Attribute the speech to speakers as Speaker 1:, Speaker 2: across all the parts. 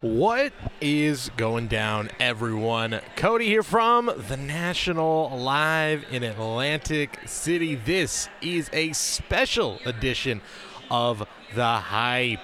Speaker 1: What is going down, everyone? Cody here from the National Live in Atlantic City. This is a special edition of The Hype.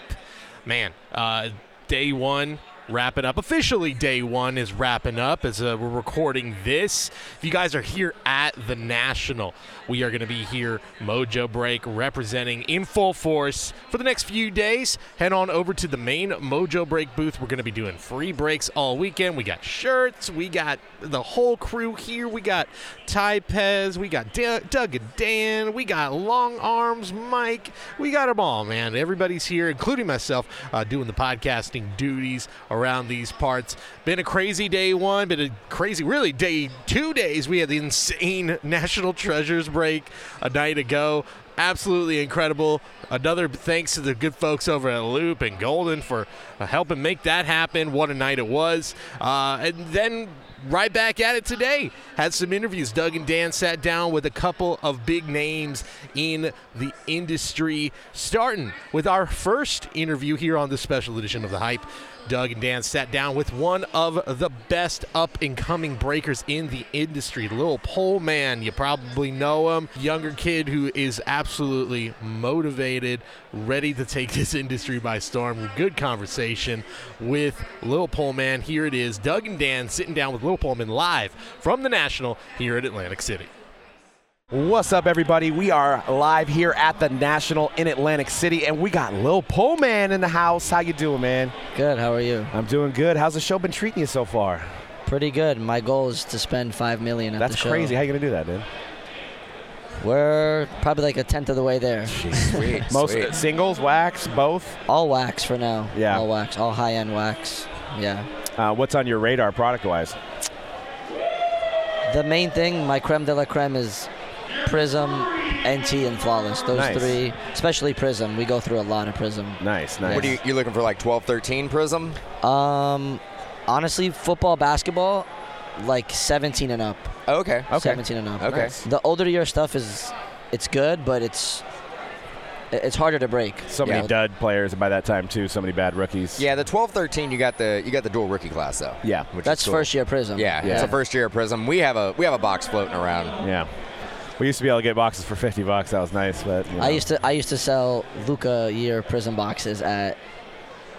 Speaker 1: Man, uh, day one wrapping up. Officially, day one is wrapping up as uh, we're recording this. If you guys are here at the National, we are going to be here, Mojo Break, representing in full force for the next few days. Head on over to the main Mojo Break booth. We're going to be doing free breaks all weekend. We got shirts, we got the whole crew here. We got Ty Pez, we got D- Doug and Dan, we got Long Arms Mike, we got them all, man. Everybody's here, including myself, uh, doing the podcasting duties around these parts. Been a crazy day one, been a crazy, really, day two days. We had the insane National Treasures break a night ago. Absolutely incredible. Another thanks to the good folks over at Loop and Golden for uh, helping make that happen. What a night it was. Uh, and then right back at it today. Had some interviews. Doug and Dan sat down with a couple of big names in the industry, starting with our first interview here on this special edition of The Hype. Doug and Dan sat down with one of the best up and coming breakers in the industry, Lil Pole Man. You probably know him. Younger kid who is absolutely motivated, ready to take this industry by storm. Good conversation with Lil Pole Man. Here it is. Doug and Dan sitting down with Lil Pullman live from the National here at Atlantic City.
Speaker 2: What's up, everybody? We are live here at the National in Atlantic City, and we got Lil Pullman in the house. How you doing, man?
Speaker 3: Good. How are you?
Speaker 2: I'm doing good. How's the show been treating you so far?
Speaker 3: Pretty good. My goal is to spend five million at
Speaker 2: That's
Speaker 3: the show.
Speaker 2: crazy. How you gonna do that, man?
Speaker 3: We're probably like a tenth of the way there.
Speaker 4: Sweet,
Speaker 2: Most uh,
Speaker 4: sweet.
Speaker 2: singles, wax, both.
Speaker 3: All wax for now.
Speaker 2: Yeah.
Speaker 3: All wax. All high end wax. Yeah.
Speaker 2: Uh, what's on your radar, product-wise?
Speaker 3: The main thing, my creme de la creme, is Prism, NT, and Flawless. Those
Speaker 2: Nice.
Speaker 3: three, especially Prism. We go through a lot of Prism.
Speaker 2: Nice, nice.
Speaker 4: What are you, you looking for, like 12, 13 prism?
Speaker 3: Um, honestly, football, basketball, like 17 and up.
Speaker 4: Okay.
Speaker 2: Okay.
Speaker 3: 17 and up.
Speaker 4: Okay.
Speaker 2: Nice.
Speaker 3: The older your stuff is, it's good, but it's it's harder to break.
Speaker 2: So many
Speaker 3: Yeah.
Speaker 2: dud players by that time too. So many bad rookies.
Speaker 4: Yeah, the 12, 13, you got the you got the dual rookie class though.
Speaker 2: Yeah.
Speaker 4: Which
Speaker 3: That's
Speaker 4: is cool.
Speaker 3: first year Prism.
Speaker 4: Yeah,
Speaker 2: Yeah.
Speaker 4: it's a first year of prism. We have a we have a box floating around.
Speaker 2: Yeah. We used to be able to get boxes for 50 bucks. That was nice, but you know.
Speaker 3: I used to I used to sell Luca year prison boxes at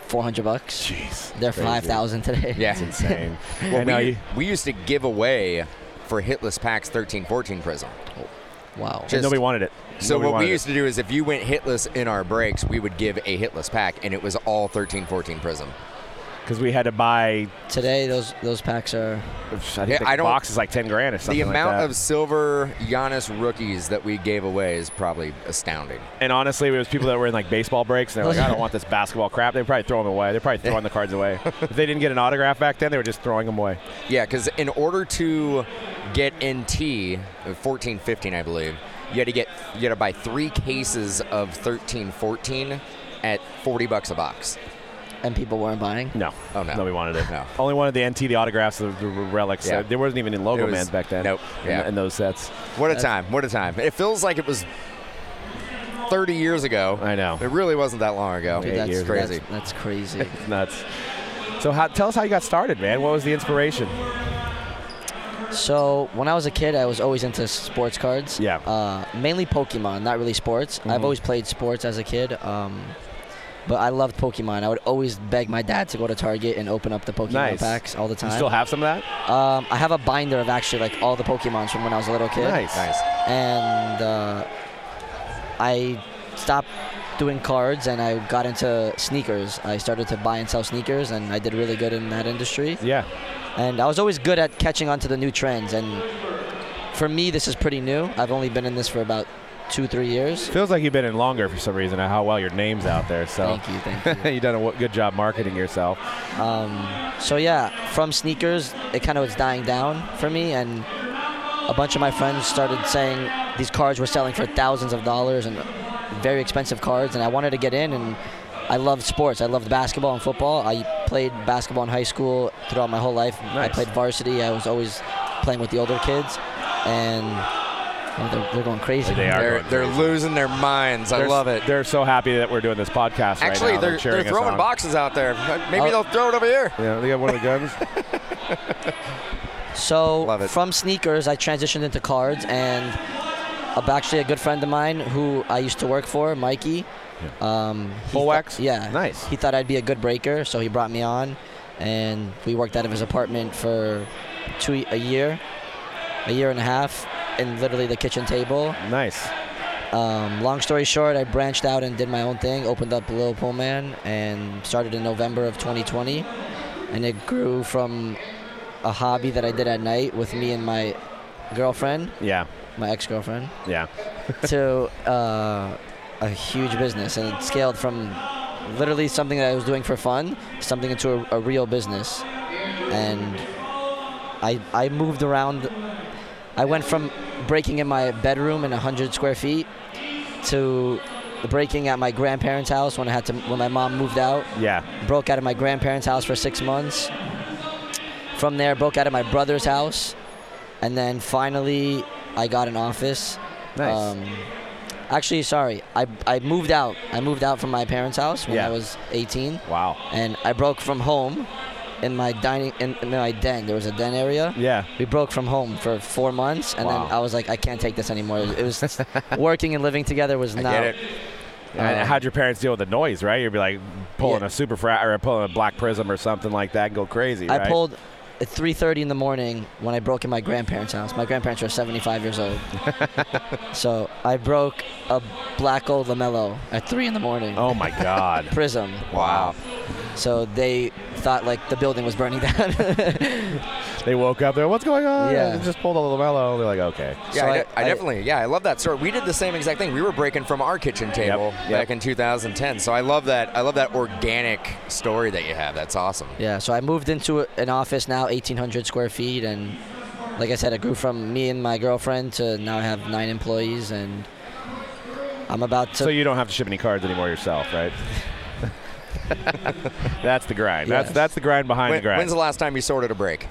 Speaker 3: 400 bucks.
Speaker 2: Jeez.
Speaker 3: They're
Speaker 2: Crazy.
Speaker 3: 5,000 today.
Speaker 4: Yeah.
Speaker 2: It's insane.
Speaker 4: Well,
Speaker 2: I know
Speaker 4: we,
Speaker 2: you.
Speaker 4: we used to give away for hitless packs 13, 14 prism.
Speaker 3: Wow.
Speaker 4: Just-
Speaker 2: Nobody wanted it.
Speaker 4: So
Speaker 2: Nobody
Speaker 4: what
Speaker 2: wanted
Speaker 4: we
Speaker 2: it.
Speaker 4: used to do is if you went hitless in our breaks, we would give a hitless pack, and it was all 13, 14 prism.
Speaker 2: because we had to buy.
Speaker 3: Today those those packs are
Speaker 2: I think
Speaker 4: Yeah,
Speaker 2: the
Speaker 4: I don't-
Speaker 2: box is like ten grand or something.
Speaker 4: the
Speaker 2: like
Speaker 4: amount
Speaker 2: that.
Speaker 4: of silver Giannis rookies that we gave away is probably astounding.
Speaker 2: and honestly, it was people that were in like baseball breaks. and They're like, I don't want this basketball crap. They probably throw them away. They're probably throwing the cards away. If they didn't get an autograph back then, they were just throwing them away.
Speaker 4: Yeah, because in order to get NT, uh, 14, 15, I believe, you had to get you had to buy three cases of 13, 14 at 40 bucks a box.
Speaker 3: and people weren't buying.
Speaker 2: No,
Speaker 4: Oh, no.
Speaker 2: nobody wanted it.
Speaker 4: No.
Speaker 2: only wanted the NT, the autographs, the, the relics.
Speaker 4: Yeah.
Speaker 2: There wasn't even any logo
Speaker 4: It was-
Speaker 2: mans back then.
Speaker 4: nope,
Speaker 2: in-
Speaker 4: yeah.
Speaker 2: in, those sets.
Speaker 4: What a time! What a time! It feels like it was 30 years ago.
Speaker 2: I know.
Speaker 4: It really wasn't that long ago.
Speaker 2: Dude, Eight
Speaker 3: that's
Speaker 2: years.
Speaker 4: Crazy.
Speaker 3: That's, that's crazy.
Speaker 2: It's nuts. So how, tell us how you got started, man. What was the inspiration?
Speaker 3: so when I was a kid, I was always into sports cards.
Speaker 2: Yeah.
Speaker 3: Uh, mainly Pokemon, not really sports.
Speaker 4: Mm-hmm.
Speaker 3: I've always played sports as a kid. Um, but I loved Pokemon. I would always beg my dad to go to Target and open up the Pokemon
Speaker 2: Nice.
Speaker 3: packs all the time.
Speaker 2: You still have some of that?
Speaker 3: um, I have a binder of actually like all the Pokemons from when I was a little kid.
Speaker 2: Nice.
Speaker 4: Nice.
Speaker 3: and uh, I stopped doing cards and I got into sneakers. I started to buy and sell sneakers and I did really good in that industry.
Speaker 2: Yeah.
Speaker 3: And I was always good at catching on to the new trends. And for me, this is pretty new. I've only been in this for about two, three years.
Speaker 2: Feels like you've been in longer for some reason. How well your name's out there. So
Speaker 3: Thank you, thank you.
Speaker 2: you've done a w- good job marketing yourself.
Speaker 3: um, so yeah, from sneakers, it kind of was dying down for me and a bunch of my friends started saying these cards were selling for thousands of dollars and very expensive cards and I wanted to get in and I loved sports. I loved basketball and football. I played basketball in high school throughout my whole life. I
Speaker 2: Nice.
Speaker 3: played varsity. I was always playing with the older kids and Oh, they're, they're going crazy.
Speaker 2: They are.
Speaker 4: They're,
Speaker 2: going
Speaker 4: they're
Speaker 2: crazy.
Speaker 4: losing their minds. I
Speaker 2: They're-
Speaker 4: love it.
Speaker 2: They're so happy that we're doing this podcast
Speaker 4: Actually,
Speaker 2: right now.
Speaker 4: they're,
Speaker 2: cheering
Speaker 4: they're
Speaker 2: us
Speaker 4: throwing
Speaker 2: on.
Speaker 4: boxes out there. Maybe
Speaker 3: Oh.
Speaker 4: they'll throw it over here.
Speaker 2: Yeah, they got one of the guns.
Speaker 3: So
Speaker 4: Love it.
Speaker 3: from sneakers, I transitioned into cards, and a- actually a good friend of mine who I used to work for, Mikey. Um, he
Speaker 2: Full
Speaker 3: thou-
Speaker 2: wax?
Speaker 3: yeah.
Speaker 2: Nice.
Speaker 3: He thought I'd be a good breaker, so he brought me on, and we worked out of his apartment for two a year, a year and a half, in literally the kitchen table.
Speaker 2: nice.
Speaker 3: Um, long story short, I branched out and did my own thing, opened up Lil Pullman, and started in November of 2020. And it grew from a hobby that I did at night with me and my girlfriend,
Speaker 2: Yeah,
Speaker 3: my ex girlfriend,
Speaker 2: yeah.
Speaker 3: to uh, a huge business. And it scaled from literally something that I was doing for fun, something into a, a real business. And I, I moved around. I went from breaking in my bedroom in 100 square feet to breaking at my grandparents' house when I had to when my mom moved out.
Speaker 2: Yeah,
Speaker 3: Broke out of my grandparents' house for six months. From there, broke out of my brother's house, and then finally, I got an office.
Speaker 2: nice.
Speaker 4: Um,
Speaker 3: Um, actually, sorry, I, I moved out. I moved out from my parents' house when
Speaker 2: Yeah.
Speaker 3: I was 18,
Speaker 2: wow.
Speaker 3: and I broke from home in my dining in, in my den. There was a den area.
Speaker 2: Yeah,
Speaker 3: We broke from home for four months, and
Speaker 2: Wow.
Speaker 3: then I was like, I can't take this anymore. It was working and living together was
Speaker 4: I
Speaker 3: not.
Speaker 4: get it.
Speaker 2: and
Speaker 3: Um,
Speaker 2: how'd your parents deal with the noise? Right, you'd be like pulling
Speaker 3: Yeah.
Speaker 2: a super frat or pulling a black prism or something like that and go crazy.
Speaker 3: I
Speaker 2: right?
Speaker 3: pulled at 3:30 in the morning when I broke in my grandparents' house. My grandparents are 75 years old, so I broke a black old Lamello at three in the morning.
Speaker 2: Oh my god.
Speaker 3: Prism.
Speaker 4: Wow.
Speaker 3: So they thought like the building was burning down.
Speaker 2: they woke up. They're what's going on?
Speaker 3: Yeah.
Speaker 2: They just pulled a Lamello. They're like, okay.
Speaker 4: Yeah,
Speaker 3: So
Speaker 4: I,
Speaker 3: I-
Speaker 4: de- I
Speaker 3: I-
Speaker 4: definitely. Yeah, I love that story. We did the same exact thing. We were breaking from our kitchen table
Speaker 2: yep.
Speaker 4: back in 2010. So I love that. I love that organic story that you have. That's awesome.
Speaker 3: yeah. So I moved into a- an office now, 1,800 square feet, and like I said, it grew from me and my girlfriend to now I have nine employees, and I'm about to.
Speaker 2: So you don't have to ship any cards anymore yourself, right? that's the grind. That's
Speaker 3: Yes.
Speaker 2: that's the grind behind
Speaker 4: When-
Speaker 2: the grind.
Speaker 4: when's the last time you sorted a break?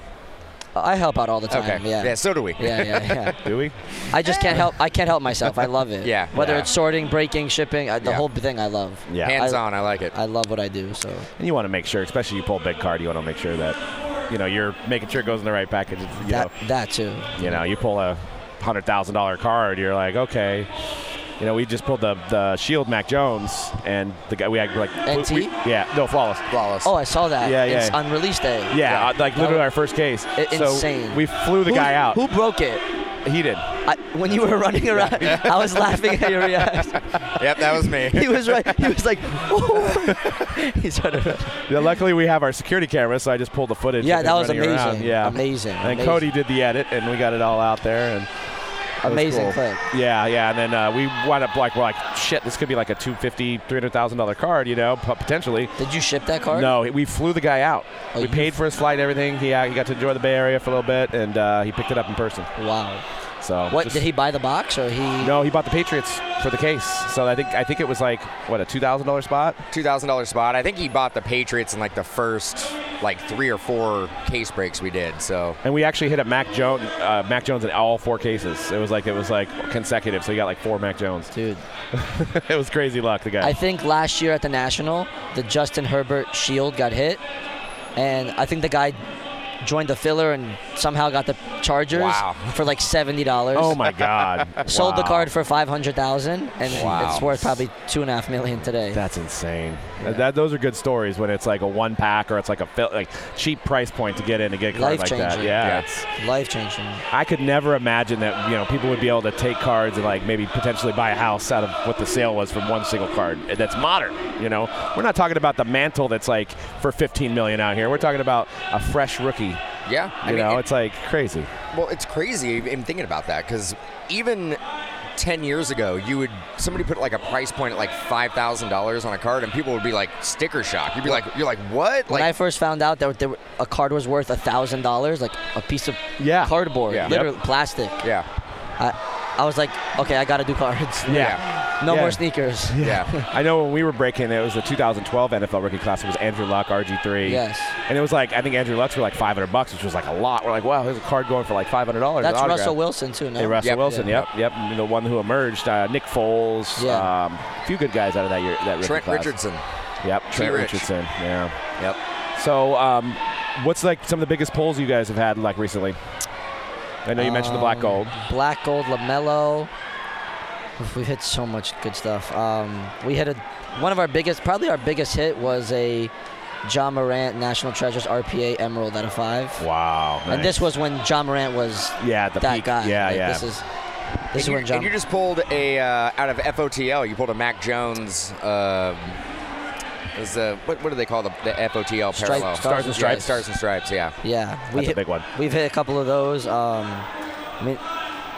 Speaker 3: I help out all the time.
Speaker 4: Okay.
Speaker 3: Yeah.
Speaker 4: so do we.
Speaker 3: Yeah, yeah, yeah.
Speaker 2: Do we?
Speaker 3: I just can't help. I can't help myself. I love it.
Speaker 4: Yeah.
Speaker 3: Whether
Speaker 2: Yeah.
Speaker 3: it's sorting, breaking, shipping, I, the
Speaker 4: Yeah.
Speaker 3: whole thing I love.
Speaker 2: Yeah.
Speaker 4: Hands
Speaker 3: I-
Speaker 4: on. I like it.
Speaker 3: I love what I do. So
Speaker 2: And you want to make sure, especially you pull a big card, you want to make sure that you know you're making sure it goes in the right package. It's, You
Speaker 3: that that too.
Speaker 2: know, you know, you pull a hundred thousand dollar card, you're like, okay. You know, we just pulled the, the Shield Mac Jones, and the guy we had like
Speaker 3: NT?
Speaker 2: we- yeah, no flawless.
Speaker 4: Flawless.
Speaker 3: Oh, I saw that.
Speaker 2: Yeah, yeah,
Speaker 3: It's
Speaker 2: yeah.
Speaker 3: on release day.
Speaker 2: Yeah, uh, like
Speaker 3: That
Speaker 2: literally
Speaker 3: was-
Speaker 2: our first case.
Speaker 3: I-
Speaker 2: so
Speaker 3: insane.
Speaker 2: We flew the
Speaker 3: Who-
Speaker 2: guy out.
Speaker 3: Who broke it?
Speaker 2: He did.
Speaker 3: I, when you were running around, I was laughing at your reaction.
Speaker 4: Yep, that was me.
Speaker 3: He was right. He was like, "Ooh." he started.
Speaker 2: Yeah, luckily we have our security camera, so I just pulled the footage.
Speaker 3: Yeah,
Speaker 2: of
Speaker 3: that
Speaker 2: him
Speaker 3: was
Speaker 2: running
Speaker 3: amazing.
Speaker 2: around. Yeah,
Speaker 3: Amazing.
Speaker 2: And
Speaker 3: amazing.
Speaker 2: Cody did the edit, and we got it all out there. And it was
Speaker 3: Amazing
Speaker 2: cool.
Speaker 3: clip.
Speaker 2: Yeah, yeah. And then uh, we wound up like, we're like, shit, this could be like a two fifty, three hundred thousand dollar card, you know, po- potentially.
Speaker 3: Did you ship that card?
Speaker 2: No, we flew the guy out.
Speaker 3: Oh,
Speaker 2: we
Speaker 3: you
Speaker 2: paid for his flight, and everything. He, uh, he got to enjoy the Bay Area for a little bit, and uh, he picked it up in person.
Speaker 3: Wow.
Speaker 2: So
Speaker 3: What
Speaker 2: just-
Speaker 3: did he buy the box or he?
Speaker 2: No, he bought the Patriots for the case. So I think I think it was like what a two thousand dollar spot.
Speaker 4: two thousand dollar spot. I think he bought the Patriots in like the first like three or four case breaks we did. So
Speaker 2: And we actually hit a Mac Jones, uh, Mac Jones in all four cases. It was like it was like consecutive. So he got like four Mac Jones.
Speaker 3: Dude,
Speaker 2: it was crazy luck. The guy.
Speaker 3: I think last year at the National, the Justin Herbert Shield got hit, and I think the guy joined the filler and somehow got the Chargers
Speaker 4: Wow.
Speaker 3: for like seventy dollars.
Speaker 2: oh my God.
Speaker 3: Sold the
Speaker 2: Wow.
Speaker 3: card for five hundred thousand, and
Speaker 4: Wow.
Speaker 3: it's worth probably two and a half million today.
Speaker 2: That's insane. That- That, those are good stories when it's like a one pack or it's like a fil- like cheap price point to get in to get a card like that.
Speaker 3: Life-changing.
Speaker 2: Yeah.
Speaker 4: Yeah.
Speaker 2: it's-
Speaker 3: Life changing.
Speaker 2: I could never imagine that you know people would be able to take cards and like maybe potentially buy a house out of what the sale was from one single card. That's modern, you know. We're not talking about the mantle that's like for 15 million out here. We're talking about a fresh rookie. You
Speaker 4: yeah, I mean,
Speaker 2: know,
Speaker 4: it-
Speaker 2: it's like crazy.
Speaker 4: well, it's crazy even thinking about that because even ten years ago, you would somebody put like a price point at like five thousand dollars on a card, and people would be like sticker shock. You'd be like, you're like, what?
Speaker 3: When I
Speaker 4: Like,
Speaker 3: first found out that there, were- a card was worth a thousand dollars, like a piece of
Speaker 2: Yeah.
Speaker 3: cardboard,
Speaker 4: Yeah.
Speaker 3: literally plastic,
Speaker 4: yeah,
Speaker 3: I, I was like, okay, I gotta do cards.
Speaker 4: yeah,
Speaker 3: No
Speaker 2: Yeah.
Speaker 3: more sneakers.
Speaker 4: yeah.
Speaker 2: I know when we were breaking, it was the 2012 NFL rookie class. It was Andrew Luck, RG3.
Speaker 3: Yes.
Speaker 2: And it was like, I think Andrew Lutz were like 500 bucks, which was like a lot. We're like, wow, here's a card going for like $500.
Speaker 3: That's
Speaker 2: autographed.
Speaker 3: Russell Wilson too. No?
Speaker 2: Hey, Russell
Speaker 4: Yep.
Speaker 2: Wilson. Yep, yep. The one who emerged, uh, Nick Foles.
Speaker 3: Yeah.
Speaker 2: Um, a few good guys out of that year. That rookie
Speaker 4: Trent
Speaker 2: class.
Speaker 4: Richardson.
Speaker 2: Yep, Trent
Speaker 4: Rich.
Speaker 2: Richardson. Yeah.
Speaker 4: Yep.
Speaker 2: So, um, what's like some of the biggest polls you guys have had like recently? I know you mentioned the black
Speaker 3: Um,
Speaker 2: gold.
Speaker 3: Black Gold, LaMelo. Oof, We've hit so much good stuff. Um, we hit a, one of our biggest, probably our biggest hit was a John Morant National Treasures RPA Emerald out of five.
Speaker 2: Wow.
Speaker 3: And this was when John Morant was
Speaker 2: Yeah, at the
Speaker 3: that
Speaker 2: peak.
Speaker 3: guy.
Speaker 2: Yeah,
Speaker 3: Like,
Speaker 2: yeah.
Speaker 3: This is, this is when
Speaker 4: and, you, and
Speaker 3: John.
Speaker 4: you just pulled a uh, out of FOTL. You pulled a Mac Jones. Um, was the what, what do they call the, the FOTL
Speaker 3: Stripe-
Speaker 4: parallel?
Speaker 3: Stars and Stripes.
Speaker 4: Stars and stripes. Yeah.
Speaker 3: yeah,
Speaker 2: That's
Speaker 3: we
Speaker 2: a
Speaker 3: hit,
Speaker 2: big one.
Speaker 3: we've hit a couple of those. Um, I mean,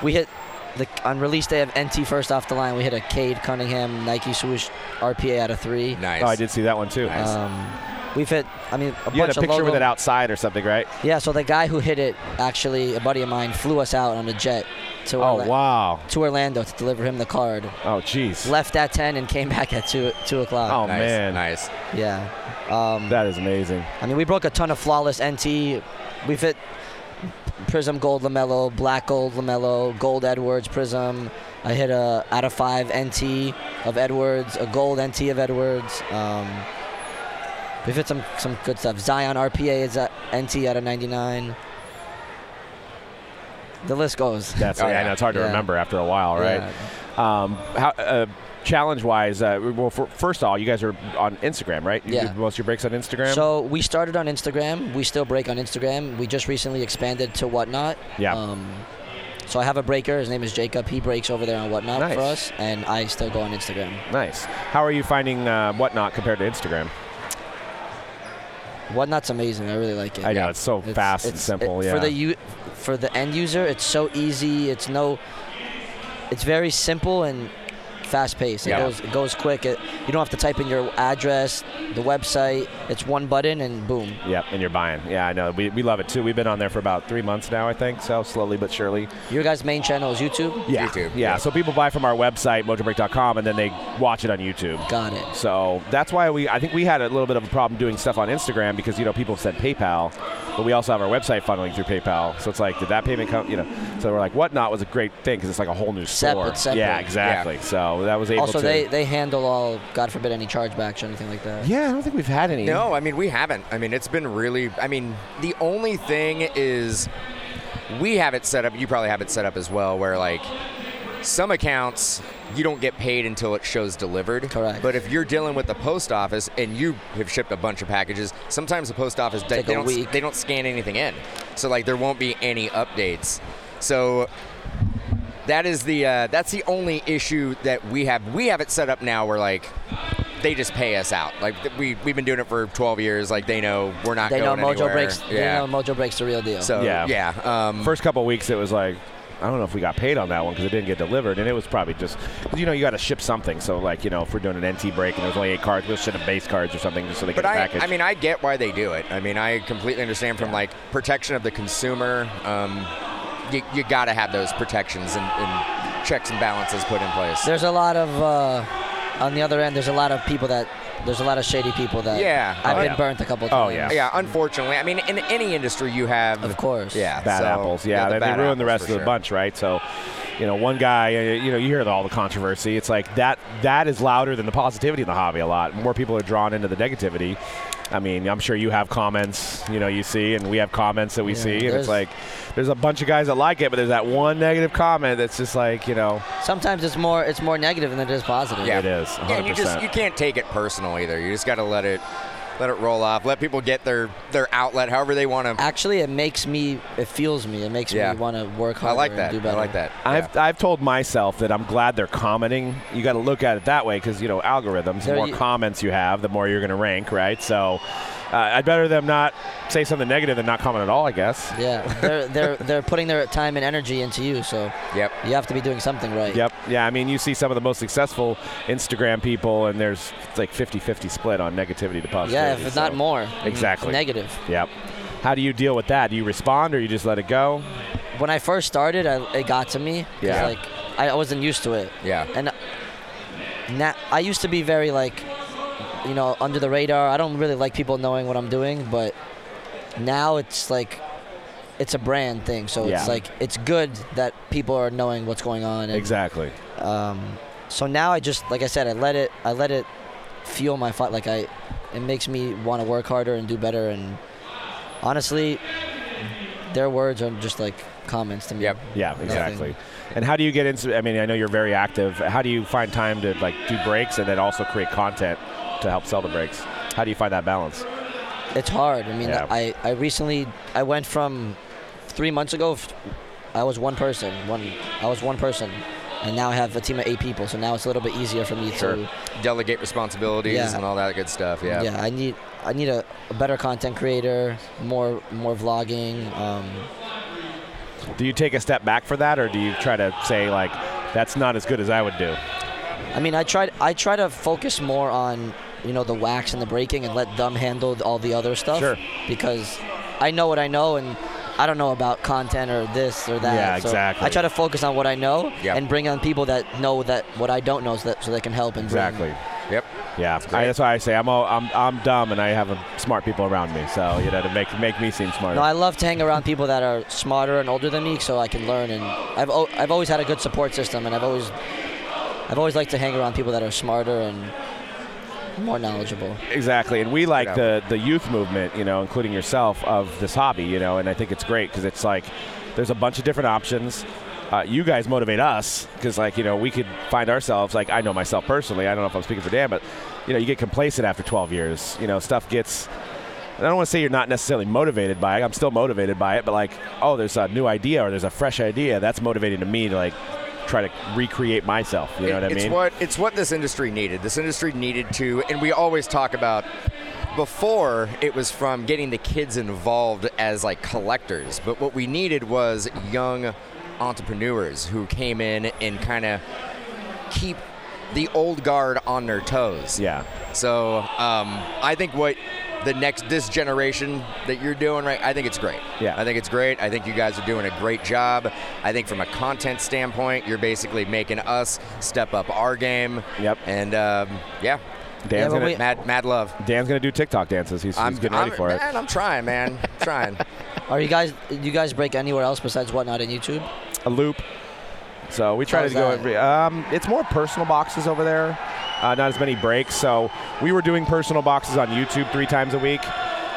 Speaker 3: we hit the on release day of NT first off the line. We hit a Cade Cunningham Nike swoosh RPA out of three.
Speaker 4: Nice.
Speaker 2: Oh, I did see that one too.
Speaker 4: Nice.
Speaker 3: Um, we've hit. I mean, a
Speaker 2: You
Speaker 3: bunch
Speaker 2: had a
Speaker 3: of
Speaker 2: picture
Speaker 3: logo-
Speaker 2: with it outside or something, right?
Speaker 3: Yeah, so the guy who hit it, actually, a buddy of mine, flew us out on a jet to,
Speaker 2: Oh
Speaker 3: Orla-
Speaker 2: wow.
Speaker 3: to Orlando to deliver him the card.
Speaker 2: Oh jeez.
Speaker 3: Left at 10 and came back at 2, two
Speaker 2: Oh
Speaker 3: o'clock.
Speaker 4: Nice.
Speaker 2: man,
Speaker 4: Nice.
Speaker 3: Yeah. Um,
Speaker 2: that is amazing.
Speaker 3: I mean, we broke a ton of flawless NT. We've hit Prism Gold LaMelo, Black Gold LaMelo, Gold Edwards Prism. I hit a out of five NT of Edwards, a gold NT of Edwards. Um, we've hit some, some good stuff. Zion RPA is at NT out of 99. The list goes.
Speaker 2: That's
Speaker 4: Oh,
Speaker 2: yeah, I
Speaker 4: yeah.
Speaker 2: know it's hard to
Speaker 3: Yeah.
Speaker 2: remember after a while, right?
Speaker 3: Yeah.
Speaker 2: Um, how, uh, challenge-wise, uh, well, for, first of all, you guys are on Instagram, right? You
Speaker 3: Yeah.
Speaker 2: do most of your breaks on Instagram.
Speaker 3: So we started on Instagram. We still break on Instagram. We just recently expanded to Whatnot.
Speaker 2: Yeah.
Speaker 3: Um, so I have a breaker. His name is Jacob. He breaks over there on Whatnot
Speaker 2: Nice.
Speaker 3: for us, and I still go on Instagram.
Speaker 2: nice. How are you finding uh, whatnot compared to Instagram?
Speaker 3: Whatnot's amazing. I really like it.
Speaker 2: I know it's so
Speaker 3: It's-
Speaker 2: fast and
Speaker 3: it's-
Speaker 2: simple.
Speaker 3: it-
Speaker 2: yeah.
Speaker 3: For the u- for the end user, it's so easy. It's no. It's very simple and fast paced. It
Speaker 4: Yeah.
Speaker 3: goes it goes quick. It, you don't have to type in your address, the website. It's one button and boom.
Speaker 2: Yep, and you're buying. Yeah, I know. We, we love it too. We've been on there for about three months now, I think. So slowly but surely.
Speaker 3: Your guys' main channel is YouTube.
Speaker 2: Yeah.
Speaker 4: YouTube,
Speaker 2: Yeah.
Speaker 4: yeah.
Speaker 2: So people buy from our website, mojobreak.com, and then they watch it on YouTube.
Speaker 3: Got it.
Speaker 2: So that's why we, I think we had a little bit of a problem doing stuff on Instagram because, you know, people said PayPal, but we also have our website funneling through PayPal. So it's like, did that payment come, you know? So we're like, whatnot was a great thing because it's like a whole new store.
Speaker 3: Separate, separate.
Speaker 2: Yeah, exactly. So that was able
Speaker 3: also,
Speaker 2: to.
Speaker 3: they, they handle all, God forbid, any chargebacks or anything like that.
Speaker 2: yeah, I don't think we've had any.
Speaker 4: No, I mean we haven't. I mean it's been really. I mean the only thing is we have it set up. You probably have it set up as well, where like some accounts you don't get paid until it shows delivered.
Speaker 3: Correct.
Speaker 4: But if you're dealing with the post office and you have shipped a bunch of packages, sometimes the post office they,
Speaker 3: Take
Speaker 4: they
Speaker 3: a
Speaker 4: don't
Speaker 3: week.
Speaker 4: they don't scan anything in, so like there won't be any updates. So that is the uh, that's the only issue that we have. We have it set up now where like they just pay us out. Like th- we we've been doing it for 12 years. Like they know we're not.
Speaker 3: They know
Speaker 4: going
Speaker 3: Mojo
Speaker 4: anywhere.
Speaker 3: breaks.
Speaker 4: Yeah.
Speaker 3: They know Mojo breaks the real deal.
Speaker 4: so
Speaker 2: Yeah.
Speaker 4: yeah. Um,
Speaker 2: First couple of weeks, it was like, I don't know if we got paid on that one because it didn't get delivered, and it was probably just, 'cause, you know, you got to ship something. So like, you know, if we're doing an NT break and there's only eight cards, we'll ship them base cards or something just so they get
Speaker 4: but
Speaker 2: a
Speaker 4: I,
Speaker 2: package.
Speaker 4: I mean, I get why they do it. I mean, I completely understand from like protection of the consumer. Um, you, you got to have those protections and, and checks and balances put in place.
Speaker 3: there's a lot of, uh, on the other end, there's a lot of people that, there's a lot of shady people that.
Speaker 4: Yeah.
Speaker 3: I've
Speaker 4: Oh,
Speaker 3: been
Speaker 2: yeah.
Speaker 3: burnt a couple
Speaker 2: Oh,
Speaker 3: times.
Speaker 2: yeah.
Speaker 4: yeah, unfortunately, I mean, in any industry, you have
Speaker 3: Of course.
Speaker 4: Yeah,
Speaker 2: bad
Speaker 4: so-
Speaker 2: apples. Yeah,
Speaker 4: the
Speaker 2: they, they
Speaker 4: bad
Speaker 2: ruin the
Speaker 4: apples
Speaker 2: rest
Speaker 4: for
Speaker 2: of the
Speaker 4: sure.
Speaker 2: bunch, right? So, you know, one guy, uh, you know, you hear all the controversy. It's like that that is louder than the positivity in the hobby a lot. More people are drawn into the negativity. I mean, I'm sure you have comments, you know, you see, and we have comments that we
Speaker 3: Yeah,
Speaker 2: see, and it's
Speaker 3: there's-
Speaker 2: like there's a bunch of guys that like it, but there's that one negative comment that's just like, you know,
Speaker 3: Sometimes it's more it's more negative than it is positive.
Speaker 4: Yeah.
Speaker 2: it is 100%.
Speaker 4: Yeah, and you just you can't take it personal either. You just got to let it let it roll off. Let people get their their outlet however they want to.
Speaker 3: Actually, it makes me, it fuels me. It makes
Speaker 4: Yeah.
Speaker 3: me want to work
Speaker 4: I
Speaker 3: harder
Speaker 4: like
Speaker 3: and
Speaker 4: that.
Speaker 3: do better.
Speaker 4: I like that.
Speaker 2: I've, I've told myself that I'm glad they're commenting. You got to look at it that way because you know algorithms. The
Speaker 3: There
Speaker 2: more
Speaker 3: you-
Speaker 2: comments you have, the more you're going to rank, right? So, uh, I'd better them not say something negative than not comment at all. I guess.
Speaker 3: Yeah, they're they're they're putting their time and energy into you, so
Speaker 4: Yeah. Yep.
Speaker 3: you have to be doing something right.
Speaker 2: Yep. Yeah. I mean, you see some of the most successful Instagram people, and there's it's like 50-50 split on negativity to positivity.
Speaker 3: Yeah, if it's not
Speaker 2: so-
Speaker 3: more.
Speaker 2: Exactly.
Speaker 3: Negative.
Speaker 2: Yep. How do you deal with that? Do you respond or you just let it go?
Speaker 3: when I first started, I, it got to me. 'cause,
Speaker 2: Yeah.
Speaker 3: Like I I wasn't used to it,
Speaker 4: Yeah.
Speaker 3: and now I used to be very like, you know, under the radar. I don't really like people knowing what I'm doing, but now it's like it's a brand thing, so
Speaker 2: Yeah.
Speaker 3: it's like it's good that people are knowing what's going on. And,
Speaker 2: Exactly.
Speaker 3: um, so now I just like I said, I let it I let it fuel my fight. Like I, it makes me want to work harder and do better. And honestly, their words are just like comments to me.
Speaker 4: Yep.
Speaker 2: Yeah,
Speaker 3: Nothing.
Speaker 2: exactly. And how do you get into? I mean, I know you're very active. How do you find time to like do breaks and then also create content to help sell the breaks? How do you find that balance?
Speaker 3: It's hard. I mean,
Speaker 2: Yeah.
Speaker 3: I I recently I went from three months ago. f- I was one person. One I was one person, and now I have a team of eight people. So now it's a little bit easier for me
Speaker 4: Sure.
Speaker 3: to.
Speaker 4: Delegate responsibilities
Speaker 3: Yeah.
Speaker 4: and all that good stuff. Yeah.
Speaker 3: Yeah. I need I need a, a better content creator, more more vlogging. Um,
Speaker 2: Do you take a step back for that, or do you try to say like, that's not as good as I would do?
Speaker 3: I mean, I tried. I try to focus more on you know the wax and the breaking, and let them handle all the other stuff.
Speaker 2: Sure.
Speaker 3: Because I know what I know, and I don't know about content or this or that.
Speaker 2: Yeah,
Speaker 3: So
Speaker 2: exactly.
Speaker 3: I try to focus on what I know
Speaker 4: Yep.
Speaker 3: and bring on people that know that what I don't know, so that so they can help and bring-
Speaker 2: Exactly.
Speaker 4: Yep.
Speaker 2: Yeah, I,
Speaker 4: great.
Speaker 2: that's why I say I'm all, I'm I'm dumb, and I have um, smart people around me. So you know, to make make me seem smarter.
Speaker 3: No, I love to hang around people that are smarter and older than me, so I can learn. And I've o- I've always had a good support system, and I've always I've always liked to hang around people that are smarter and more knowledgeable.
Speaker 2: Exactly, and we like
Speaker 4: Yeah.
Speaker 2: the the youth movement, you know, including yourself, of this hobby, you know, and I think it's great because it's like there's a bunch of different options. Uh, you guys motivate us because, like, you know, we could find ourselves like I know myself personally. I don't know if I'm speaking for Dan, but you know, you get complacent after 12 years. You know, stuff gets. And I don't want to say you're not necessarily motivated by it. I'm still motivated by it, but like, oh, there's a new idea or there's a fresh idea that's motivating to me to like try to recreate myself. You know
Speaker 4: It-
Speaker 2: what I
Speaker 4: it's
Speaker 2: mean?
Speaker 4: what it's what this industry needed. This industry needed to, and we always talk about before it was from getting the kids involved as like collectors, but what we needed was young entrepreneurs who came in and kind of keep the old guard on their toes.
Speaker 2: yeah.
Speaker 4: So um, I think what the next this generation that you're doing right, I think it's great.
Speaker 2: Yeah.
Speaker 4: I think it's great. I think you guys are doing a great job. I think from a content standpoint, you're basically making us step up our game.
Speaker 2: Yep.
Speaker 4: And um, yeah,
Speaker 3: Yeah,
Speaker 2: Dan's
Speaker 3: but
Speaker 2: gonna
Speaker 3: we-
Speaker 4: mad mad love.
Speaker 2: Dan's gonna do TikTok dances. He's, he's getting ready
Speaker 4: I'm-
Speaker 2: for it.
Speaker 4: man, I'm trying, man. I'm trying.
Speaker 3: Are you guys? You guys break anywhere else besides whatnot on YouTube?
Speaker 2: A loop. So we try
Speaker 3: How's
Speaker 2: to go
Speaker 3: that?
Speaker 2: every. Um, it's more personal boxes over there. Uh, not as many breaks. So we were doing personal boxes on YouTube three times a week,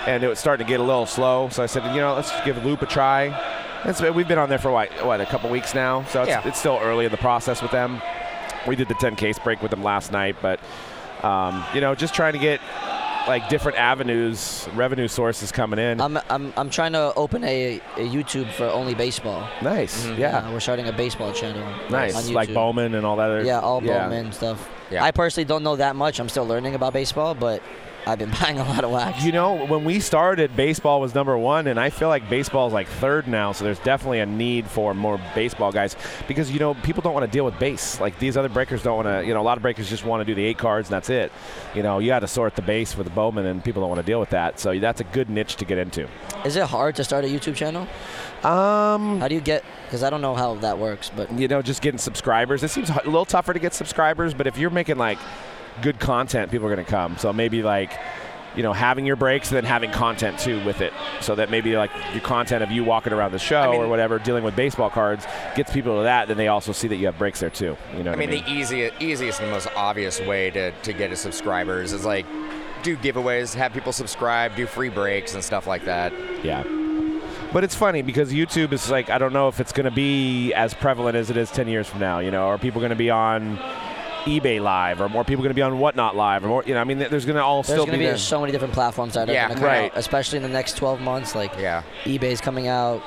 Speaker 2: and it was starting to get a little slow. So I said, you know, let's give loop a try. It's, we've been on there for what, what a couple weeks now. So it's,
Speaker 4: Yeah.
Speaker 2: it's still early in the process with them. We did the 10 case break with them last night, but um, you know, just trying to get like different avenues, revenue sources coming in.
Speaker 4: Um,
Speaker 3: I'm, I'm, I'm trying to open a, a YouTube for only baseball.
Speaker 2: nice,
Speaker 4: mhm.
Speaker 3: Uh, we're starting a baseball channel. on
Speaker 2: Nice,
Speaker 3: YouTube.
Speaker 2: like Bowman and all that. Other,
Speaker 3: Yeah, all Bowman stuff.
Speaker 4: Yeah.
Speaker 3: I personally don't know that much. I'm still learning about baseball, but I've been buying a lot of wax.
Speaker 2: You know, when we started, baseball was number one, and I feel like baseball is like third now. So there's definitely a need for more baseball guys because you know people don't want to deal with base. Like these other breakers don't want to. You know, a lot of breakers just want to do the eight cards and that's it. You know, you got to sort the base for the Bowman, and people don't want to deal with that. So that's a good niche to get into.
Speaker 3: Is it hard to start a YouTube channel?
Speaker 2: Um,
Speaker 3: How do you get? Because I don't know how that works, but
Speaker 2: you know, just getting subscribers. It seems a little tougher to get subscribers, but if you're making like good content, people are going to come. So maybe like, you know, having your breaks and then having content too with it. So that maybe like your content of you walking around the show
Speaker 4: mean-
Speaker 2: or whatever, dealing with baseball cards, gets people to that. Then they also see that you have breaks there too. You know,
Speaker 4: I
Speaker 2: what
Speaker 4: mean, the easiest, easiest and most obvious way to, to get to subscribers is like do giveaways, have people subscribe, do free breaks and stuff like that.
Speaker 2: yeah. But it's funny because YouTube is like I don't know if it's going to be as prevalent as it is 10 years from now. You know, are people going to be on eBay Live, or more people going to be on Whatnot Live, or more? You know, I mean, there's going to all
Speaker 3: there's
Speaker 2: still
Speaker 3: going to be
Speaker 2: there.
Speaker 3: so many different platforms that are
Speaker 4: Yeah,
Speaker 3: going to come
Speaker 2: right.
Speaker 3: out, especially in the next 12 months. Like
Speaker 4: Yeah.
Speaker 3: eBay's coming out.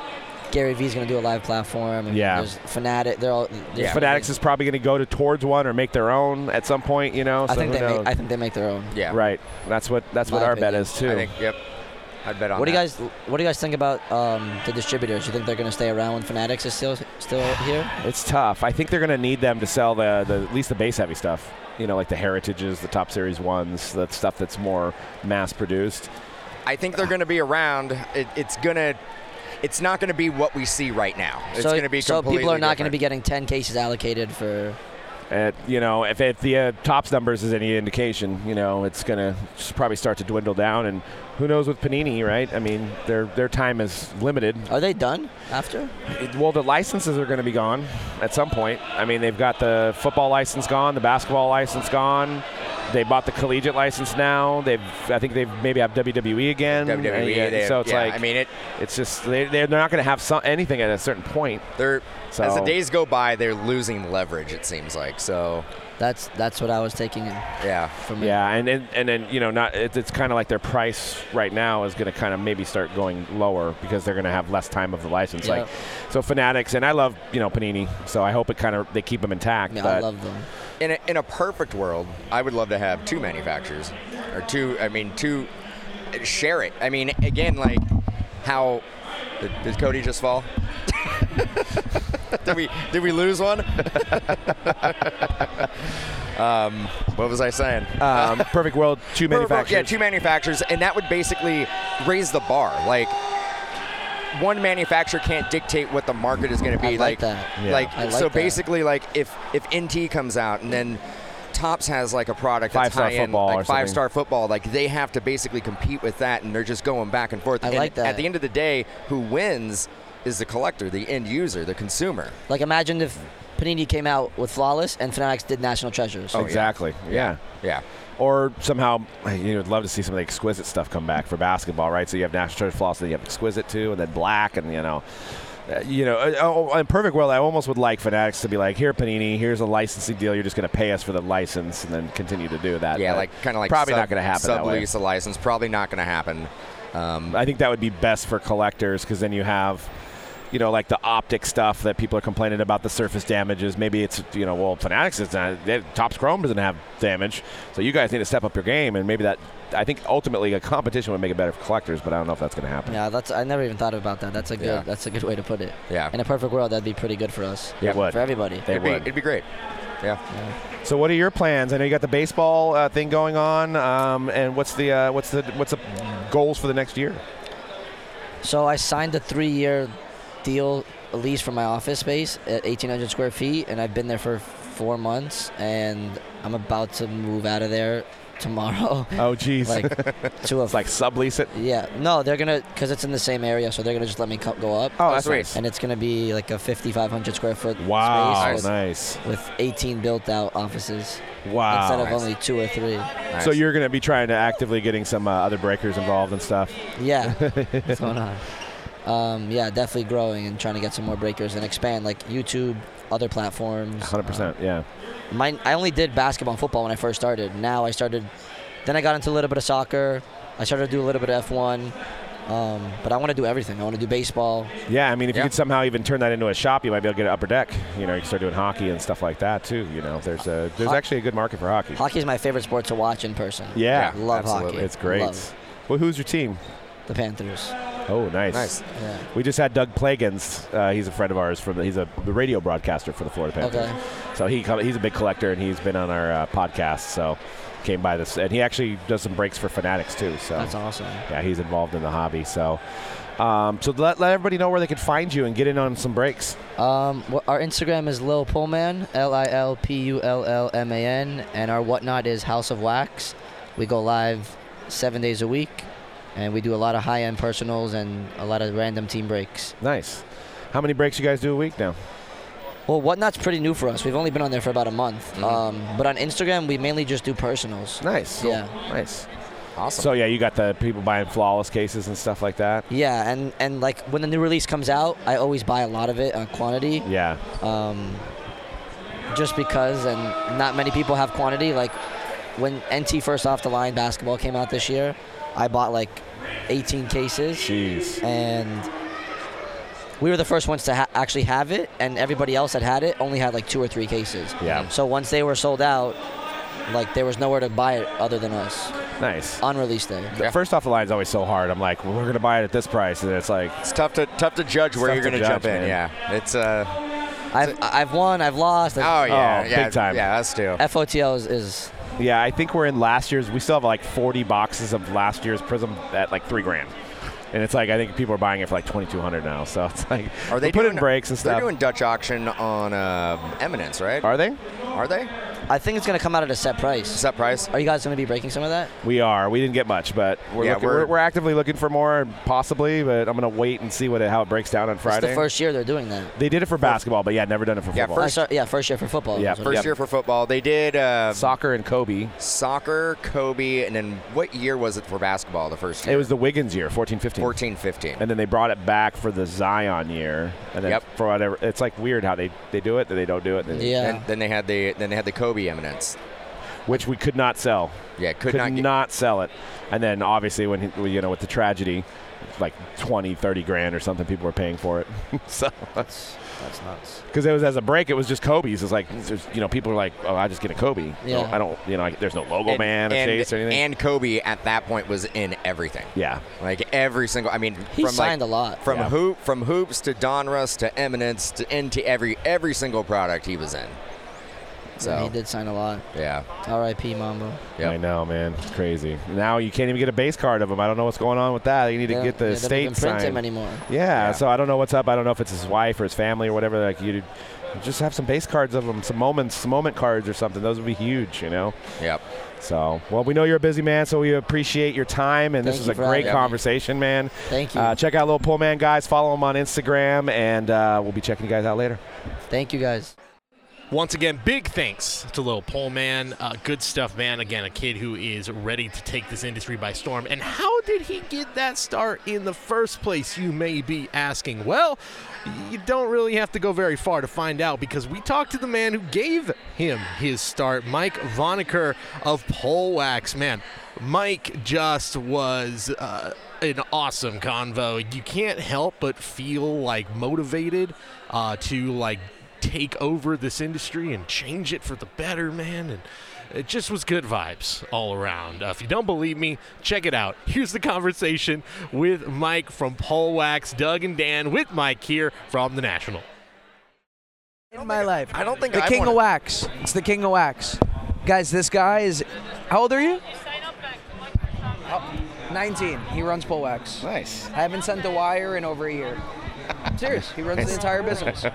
Speaker 3: Gary Vee's going to do a live platform. and
Speaker 2: Yeah.
Speaker 3: There's Fanatic. They're all.
Speaker 4: Yeah.
Speaker 2: Fanatics is probably going to go to towards one or make their own at some point, you know. So
Speaker 3: I think
Speaker 2: who
Speaker 3: they
Speaker 2: knows?
Speaker 3: make, I think they make their own.
Speaker 4: Yeah.
Speaker 2: right. That's what that's what
Speaker 3: My
Speaker 2: our bet
Speaker 3: opinion.
Speaker 2: is too.
Speaker 4: I think. Yep. I'd bet on.
Speaker 3: What do you
Speaker 4: that.
Speaker 3: guys What do you guys think about um, the distributors? You think they're going to stay around when Fanatics is still still here?
Speaker 2: it's tough. I think they're going to need them to sell the, the at least the base heavy stuff. You know, like the heritages, the top series ones, the stuff that's more mass produced.
Speaker 4: I think they're going to be around. It, it's gonna. It's not going to be what we see right now. It's
Speaker 3: so
Speaker 4: going to be
Speaker 3: so
Speaker 4: completely
Speaker 3: people are not going to
Speaker 4: different.
Speaker 3: be getting ten cases allocated for
Speaker 2: At, you know, if, if the uh, tops numbers is any indication, you know, it's gonna s- probably start to dwindle down. And who knows with Panini, right? I mean, their their time is limited.
Speaker 3: Are they done after?
Speaker 2: It- well, the licenses are going to be gone at some point. I mean, they've got the football license gone, the basketball license gone. They bought the collegiate license now. They've, I think they maybe have WWE again.
Speaker 4: WWE.
Speaker 2: And yeah,
Speaker 4: they-
Speaker 2: so it's
Speaker 4: E, yeah,
Speaker 2: like,
Speaker 4: I mean, it.
Speaker 2: it's just they, they're not going to have some, anything at a certain point.
Speaker 4: They're as the
Speaker 2: So-
Speaker 4: days go by, they're losing leverage. It seems like so.
Speaker 3: That's that's what I was taking in
Speaker 4: Yeah.
Speaker 3: from it.
Speaker 2: Yeah, and and, and then you know, not it, it's kind of like their price right now is going to kind of maybe start going lower because they're going to have less time of the license.
Speaker 3: Yeah.
Speaker 2: Like, so Fanatics and I love you know Panini, so I hope it kind of they keep them intact.
Speaker 3: Yeah, I
Speaker 2: but
Speaker 3: love them.
Speaker 4: In a, in a perfect world, I would love to have two manufacturers or two. I mean, two share it. I mean, again, like how did, did Cody just fall? did we did we lose one? um, what was I saying?
Speaker 2: um, Perfect World two
Speaker 4: Well, well,
Speaker 2: manufacturers.
Speaker 4: Yeah, two manufacturers, and that would basically raise the bar. Like one manufacturer can't dictate what the market is going to be.
Speaker 3: I like that.
Speaker 2: Yeah.
Speaker 4: Like,
Speaker 3: I like
Speaker 4: so
Speaker 3: that.
Speaker 4: basically, like if if NT comes out and then. Tops has like a product that's
Speaker 2: Five-star
Speaker 4: high end,
Speaker 2: football or
Speaker 4: like
Speaker 2: something.
Speaker 4: five star football. Like they have to basically compete with that, and they're just going back and forth.
Speaker 3: I
Speaker 4: and
Speaker 3: like that.
Speaker 4: At the end of the day, who wins is the collector, the end user, the consumer.
Speaker 3: Like imagine if Panini came out with Flawless and Fanatics did National Treasures.
Speaker 4: Oh, yeah.
Speaker 2: exactly. yeah.
Speaker 4: Yeah,
Speaker 2: Or somehow you would love to see some of the exquisite stuff come back for basketball, right? So you have National Treasure Floss, then you have exquisite too, and then black, and you know, uh, you know, uh, oh, in perfect world, I almost would like Fanatics to be like, here, Panini, here's a licensing deal. You're just going to pay us for the license, and then continue to do that.
Speaker 4: yeah,
Speaker 2: But
Speaker 4: like kind of like
Speaker 2: Uh, probably
Speaker 4: sub-
Speaker 2: not going to happen that way.
Speaker 4: Sublease a license, probably not going to happen. Um,
Speaker 2: I think that would be best for collectors because then you have, you know, like the optic stuff that people are complaining about the surface damages. Maybe it's you know, well, Fanatics is not. They, Topps Chrome doesn't have damage, so you guys need to step up your game. And maybe that I think ultimately a competition would make it better for collectors, but I don't know if that's going to happen.
Speaker 3: Yeah, that's I never even thought about that. That's a good
Speaker 4: Yeah.
Speaker 3: that's a good way to put it.
Speaker 4: yeah,
Speaker 3: In a perfect world, that'd be pretty good for us.
Speaker 2: It would.
Speaker 3: For everybody.
Speaker 2: They
Speaker 4: it'd be,
Speaker 2: would.
Speaker 4: it'd be great. Yeah.
Speaker 2: So, what are your plans? I know you got the baseball uh, thing going on, um, and what's the uh, what's the what's the goals for the next year?
Speaker 3: So I signed a three-year deal lease for my office space at 1,800 square feet, and I've been there for four months, and I'm about to move out of there tomorrow.
Speaker 2: Oh, geez,
Speaker 3: like to a
Speaker 2: it's like sublease it.
Speaker 3: yeah, no, they're gonna because it's in the same area, so they're gonna just let me co- go up,
Speaker 2: Oh,
Speaker 4: that's nice.
Speaker 3: and it's gonna be like a 5,500 square foot
Speaker 2: Wow,
Speaker 3: space with,
Speaker 2: nice.
Speaker 3: with 18 built-out offices
Speaker 2: Wow.
Speaker 3: instead of
Speaker 4: Nice.
Speaker 3: only two or three.
Speaker 2: So
Speaker 4: Nice.
Speaker 2: you're going to be trying to actively getting some uh, other breakers involved and stuff.
Speaker 3: Yeah. What's going on? Um, yeah, definitely growing and trying to get some more breakers and expand like YouTube, other platforms.
Speaker 2: 100%. Yeah.
Speaker 3: Uh, mine, I only did basketball and football when I first started. Now I started, then I got into a little bit of soccer. I started to do a little bit of F1. Um, but I want to do everything. I want to do baseball.
Speaker 2: Yeah. I mean, if
Speaker 4: Yeah.
Speaker 2: you could somehow even turn that into a shop, you might be able to get an upper deck. You know, you can start doing hockey and stuff like that too. You know, there's a there's
Speaker 3: Ho-
Speaker 2: actually a good market for hockey.
Speaker 3: Hockey is my favorite sport to watch in person.
Speaker 2: Yeah.
Speaker 3: Love
Speaker 4: absolutely.
Speaker 3: hockey.
Speaker 2: It's great.
Speaker 3: Love
Speaker 2: Well, who's your team?
Speaker 3: the Panthers.
Speaker 2: Oh, nice.
Speaker 4: nice.
Speaker 3: Yeah.
Speaker 2: We just had Doug Plagans. Uh, he's a friend of ours from. He's a radio broadcaster for the Florida Panthers.
Speaker 3: Okay.
Speaker 2: So he come- he's a big collector and he's been on our uh, podcast. So came by this and he actually does some breaks for Fanatics too. So
Speaker 3: That's awesome.
Speaker 2: yeah, he's involved in the hobby. So, um, so let, let everybody know where they can find you and get in on some breaks.
Speaker 3: Um, wh- our Instagram is Lil Pullman, L I L P U L L M A N, and our whatnot is House of Wax. We go live seven days a week, and we do a lot of high end personals and a lot of random team breaks.
Speaker 2: Nice. How many breaks you guys do a week now?
Speaker 3: Well, whatnot's pretty new for us. We've only been on there for about a month.
Speaker 4: Mhm.
Speaker 3: Um, but on Instagram, we mainly just do personals.
Speaker 2: Nice.
Speaker 3: Yeah.
Speaker 2: Nice.
Speaker 4: Awesome.
Speaker 2: So yeah, you got the people buying flawless cases and stuff like that.
Speaker 3: Yeah, and, and like when the new release comes out, I always buy a lot of it on quantity.
Speaker 2: Yeah.
Speaker 3: um, just because, and not many people have quantity. Like when NT first off the line basketball came out this year, I bought like 18 cases,
Speaker 2: Jeez.
Speaker 3: and we were the first ones to ha- actually have it, and everybody else that had it only had like two or three cases.
Speaker 2: Yeah.
Speaker 3: So once they were sold out, like there was nowhere to buy it other than us
Speaker 2: Nice.
Speaker 3: on release day.
Speaker 2: The
Speaker 4: Yeah.
Speaker 2: First off the line is always so hard. I'm like, well, we're gonna buy it at this price, and it's like,
Speaker 4: It's tough to tough to judge where
Speaker 2: tough
Speaker 4: you're
Speaker 2: to
Speaker 4: going to
Speaker 2: judge,
Speaker 4: jump in.
Speaker 2: man.
Speaker 4: Yeah, it's uh
Speaker 3: I've I've won, I've lost.
Speaker 4: oh yeah,
Speaker 2: Oh,
Speaker 4: yeah,
Speaker 2: big time.
Speaker 4: yeah, us too.
Speaker 3: FOTL is, is
Speaker 2: yeah, I think we're in last year's. We still have like 40 boxes of last year's Prism at like three grand. And it's like I think people are buying it for like 2,200 now. So it's like
Speaker 4: Are they
Speaker 2: they're putting
Speaker 4: doing,
Speaker 2: brakes and
Speaker 4: They're
Speaker 2: stuff?
Speaker 4: doing Dutch auction on uh, Eminence, right?
Speaker 2: are they?
Speaker 4: Are they?
Speaker 3: I think it's gonna come out at a set price.
Speaker 4: Set price?
Speaker 3: Are you guys gonna be breaking some of that?
Speaker 2: We are. We didn't get much, but we're
Speaker 4: Yeah,
Speaker 2: looking,
Speaker 4: we're-
Speaker 2: we're, we're actively looking for more, possibly. But I'm gonna wait and see what it, how it breaks down on
Speaker 3: It's
Speaker 2: Friday.
Speaker 3: the first year they're doing that.
Speaker 2: they did it for basketball, but yeah, never done it for
Speaker 4: Yeah,
Speaker 2: football.
Speaker 3: Uh,
Speaker 4: First-
Speaker 3: sorry, yeah, first year for football.
Speaker 2: Yeah,
Speaker 3: That's what
Speaker 4: First
Speaker 3: it
Speaker 2: Yep.
Speaker 4: year for football. They did uh,
Speaker 2: Soccer and Kobe.
Speaker 4: soccer, Kobe, and then what year was it for basketball the first year?
Speaker 2: It was the Wiggins year, 14, 15.
Speaker 4: 14, 15.
Speaker 2: and then they brought it back for the Zion year, and then
Speaker 4: Yep.
Speaker 2: for whatever. It's like weird how they, they do it, then they don't do it, then
Speaker 3: is.
Speaker 2: they-
Speaker 3: Yeah.
Speaker 4: And then they had the then they had the Kobe Eminence.
Speaker 2: which we could not sell.
Speaker 4: Yeah, could,
Speaker 2: Could,
Speaker 4: not
Speaker 2: not,
Speaker 4: get
Speaker 2: sell it. And then obviously when he- you know with the tragedy, like 20, 30 grand or something, people were paying for it. so
Speaker 3: that's that's nuts.
Speaker 2: because it was as a break, it was just Kobe's. It's like it's just, you know people are like, oh, I just get a Kobe.
Speaker 3: Yeah.
Speaker 2: I don't, you know, like, there's no logo
Speaker 4: and-
Speaker 2: man or
Speaker 4: and,
Speaker 2: chase or anything.
Speaker 4: And Kobe at that point was in everything.
Speaker 2: yeah,
Speaker 4: Like every single I mean
Speaker 3: He
Speaker 4: from
Speaker 3: signed
Speaker 4: like,
Speaker 3: a lot.
Speaker 4: from
Speaker 2: Yeah.
Speaker 4: hoop from hoops to Donruss to Eminence to into every every single product he was in.
Speaker 3: He
Speaker 4: So
Speaker 3: did sign a lot.
Speaker 4: yeah.
Speaker 3: R.I.P. Mambo.
Speaker 4: Yep.
Speaker 2: I know, man. It's crazy. Now you can't even get a base card of him. I don't know what's going on with that. You need to
Speaker 3: They don't-
Speaker 2: get
Speaker 3: they
Speaker 2: the
Speaker 3: don't even
Speaker 2: state
Speaker 3: print him
Speaker 2: signed.
Speaker 3: anymore.
Speaker 2: Yeah,
Speaker 4: Yeah.
Speaker 2: so I don't know what's up. I don't know if it's his wife or his family or whatever. Like you just have some base cards of them, some moments, some moment cards or something. Those would be huge, you know.
Speaker 4: Yep.
Speaker 2: So, well, we know you're a busy man, so we appreciate your time, and this
Speaker 3: Thank
Speaker 2: was
Speaker 3: you
Speaker 2: a
Speaker 3: for
Speaker 2: great
Speaker 3: having me.
Speaker 2: conversation, man.
Speaker 3: Thank you.
Speaker 2: Uh, check out Little Pullman, guys. Follow him on Instagram, and uh, we'll be checking you guys out later.
Speaker 3: Thank you guys.
Speaker 1: Once again, big thanks to Lil Pullman. Uh, good stuff, man. Again, a kid who is ready to take this industry by storm. And how did he get that start in the first place, you may be asking? Well, you don't really have to go very far to find out because we talked to the man who gave him his start, Mike Vonneker of Pole Wax. Man, Mike just was uh, an awesome convo. You can't help but feel like motivated uh, to like take over this industry and change it for the better, man. And it just was good vibes all around. Uh, if you don't believe me, check it out. Here's the conversation with Mike from Pole Wax, Doug and Dan with Mike here from the National.
Speaker 5: in my life.
Speaker 4: I don't think
Speaker 5: the
Speaker 4: I
Speaker 5: king
Speaker 4: wanna-
Speaker 5: of wax. It's the king of wax, guys. This guy is. How old are you? Oh, 19. He runs pole wax.
Speaker 2: Nice.
Speaker 5: I haven't sent the wire in over a year. Serious. He runs the entire business.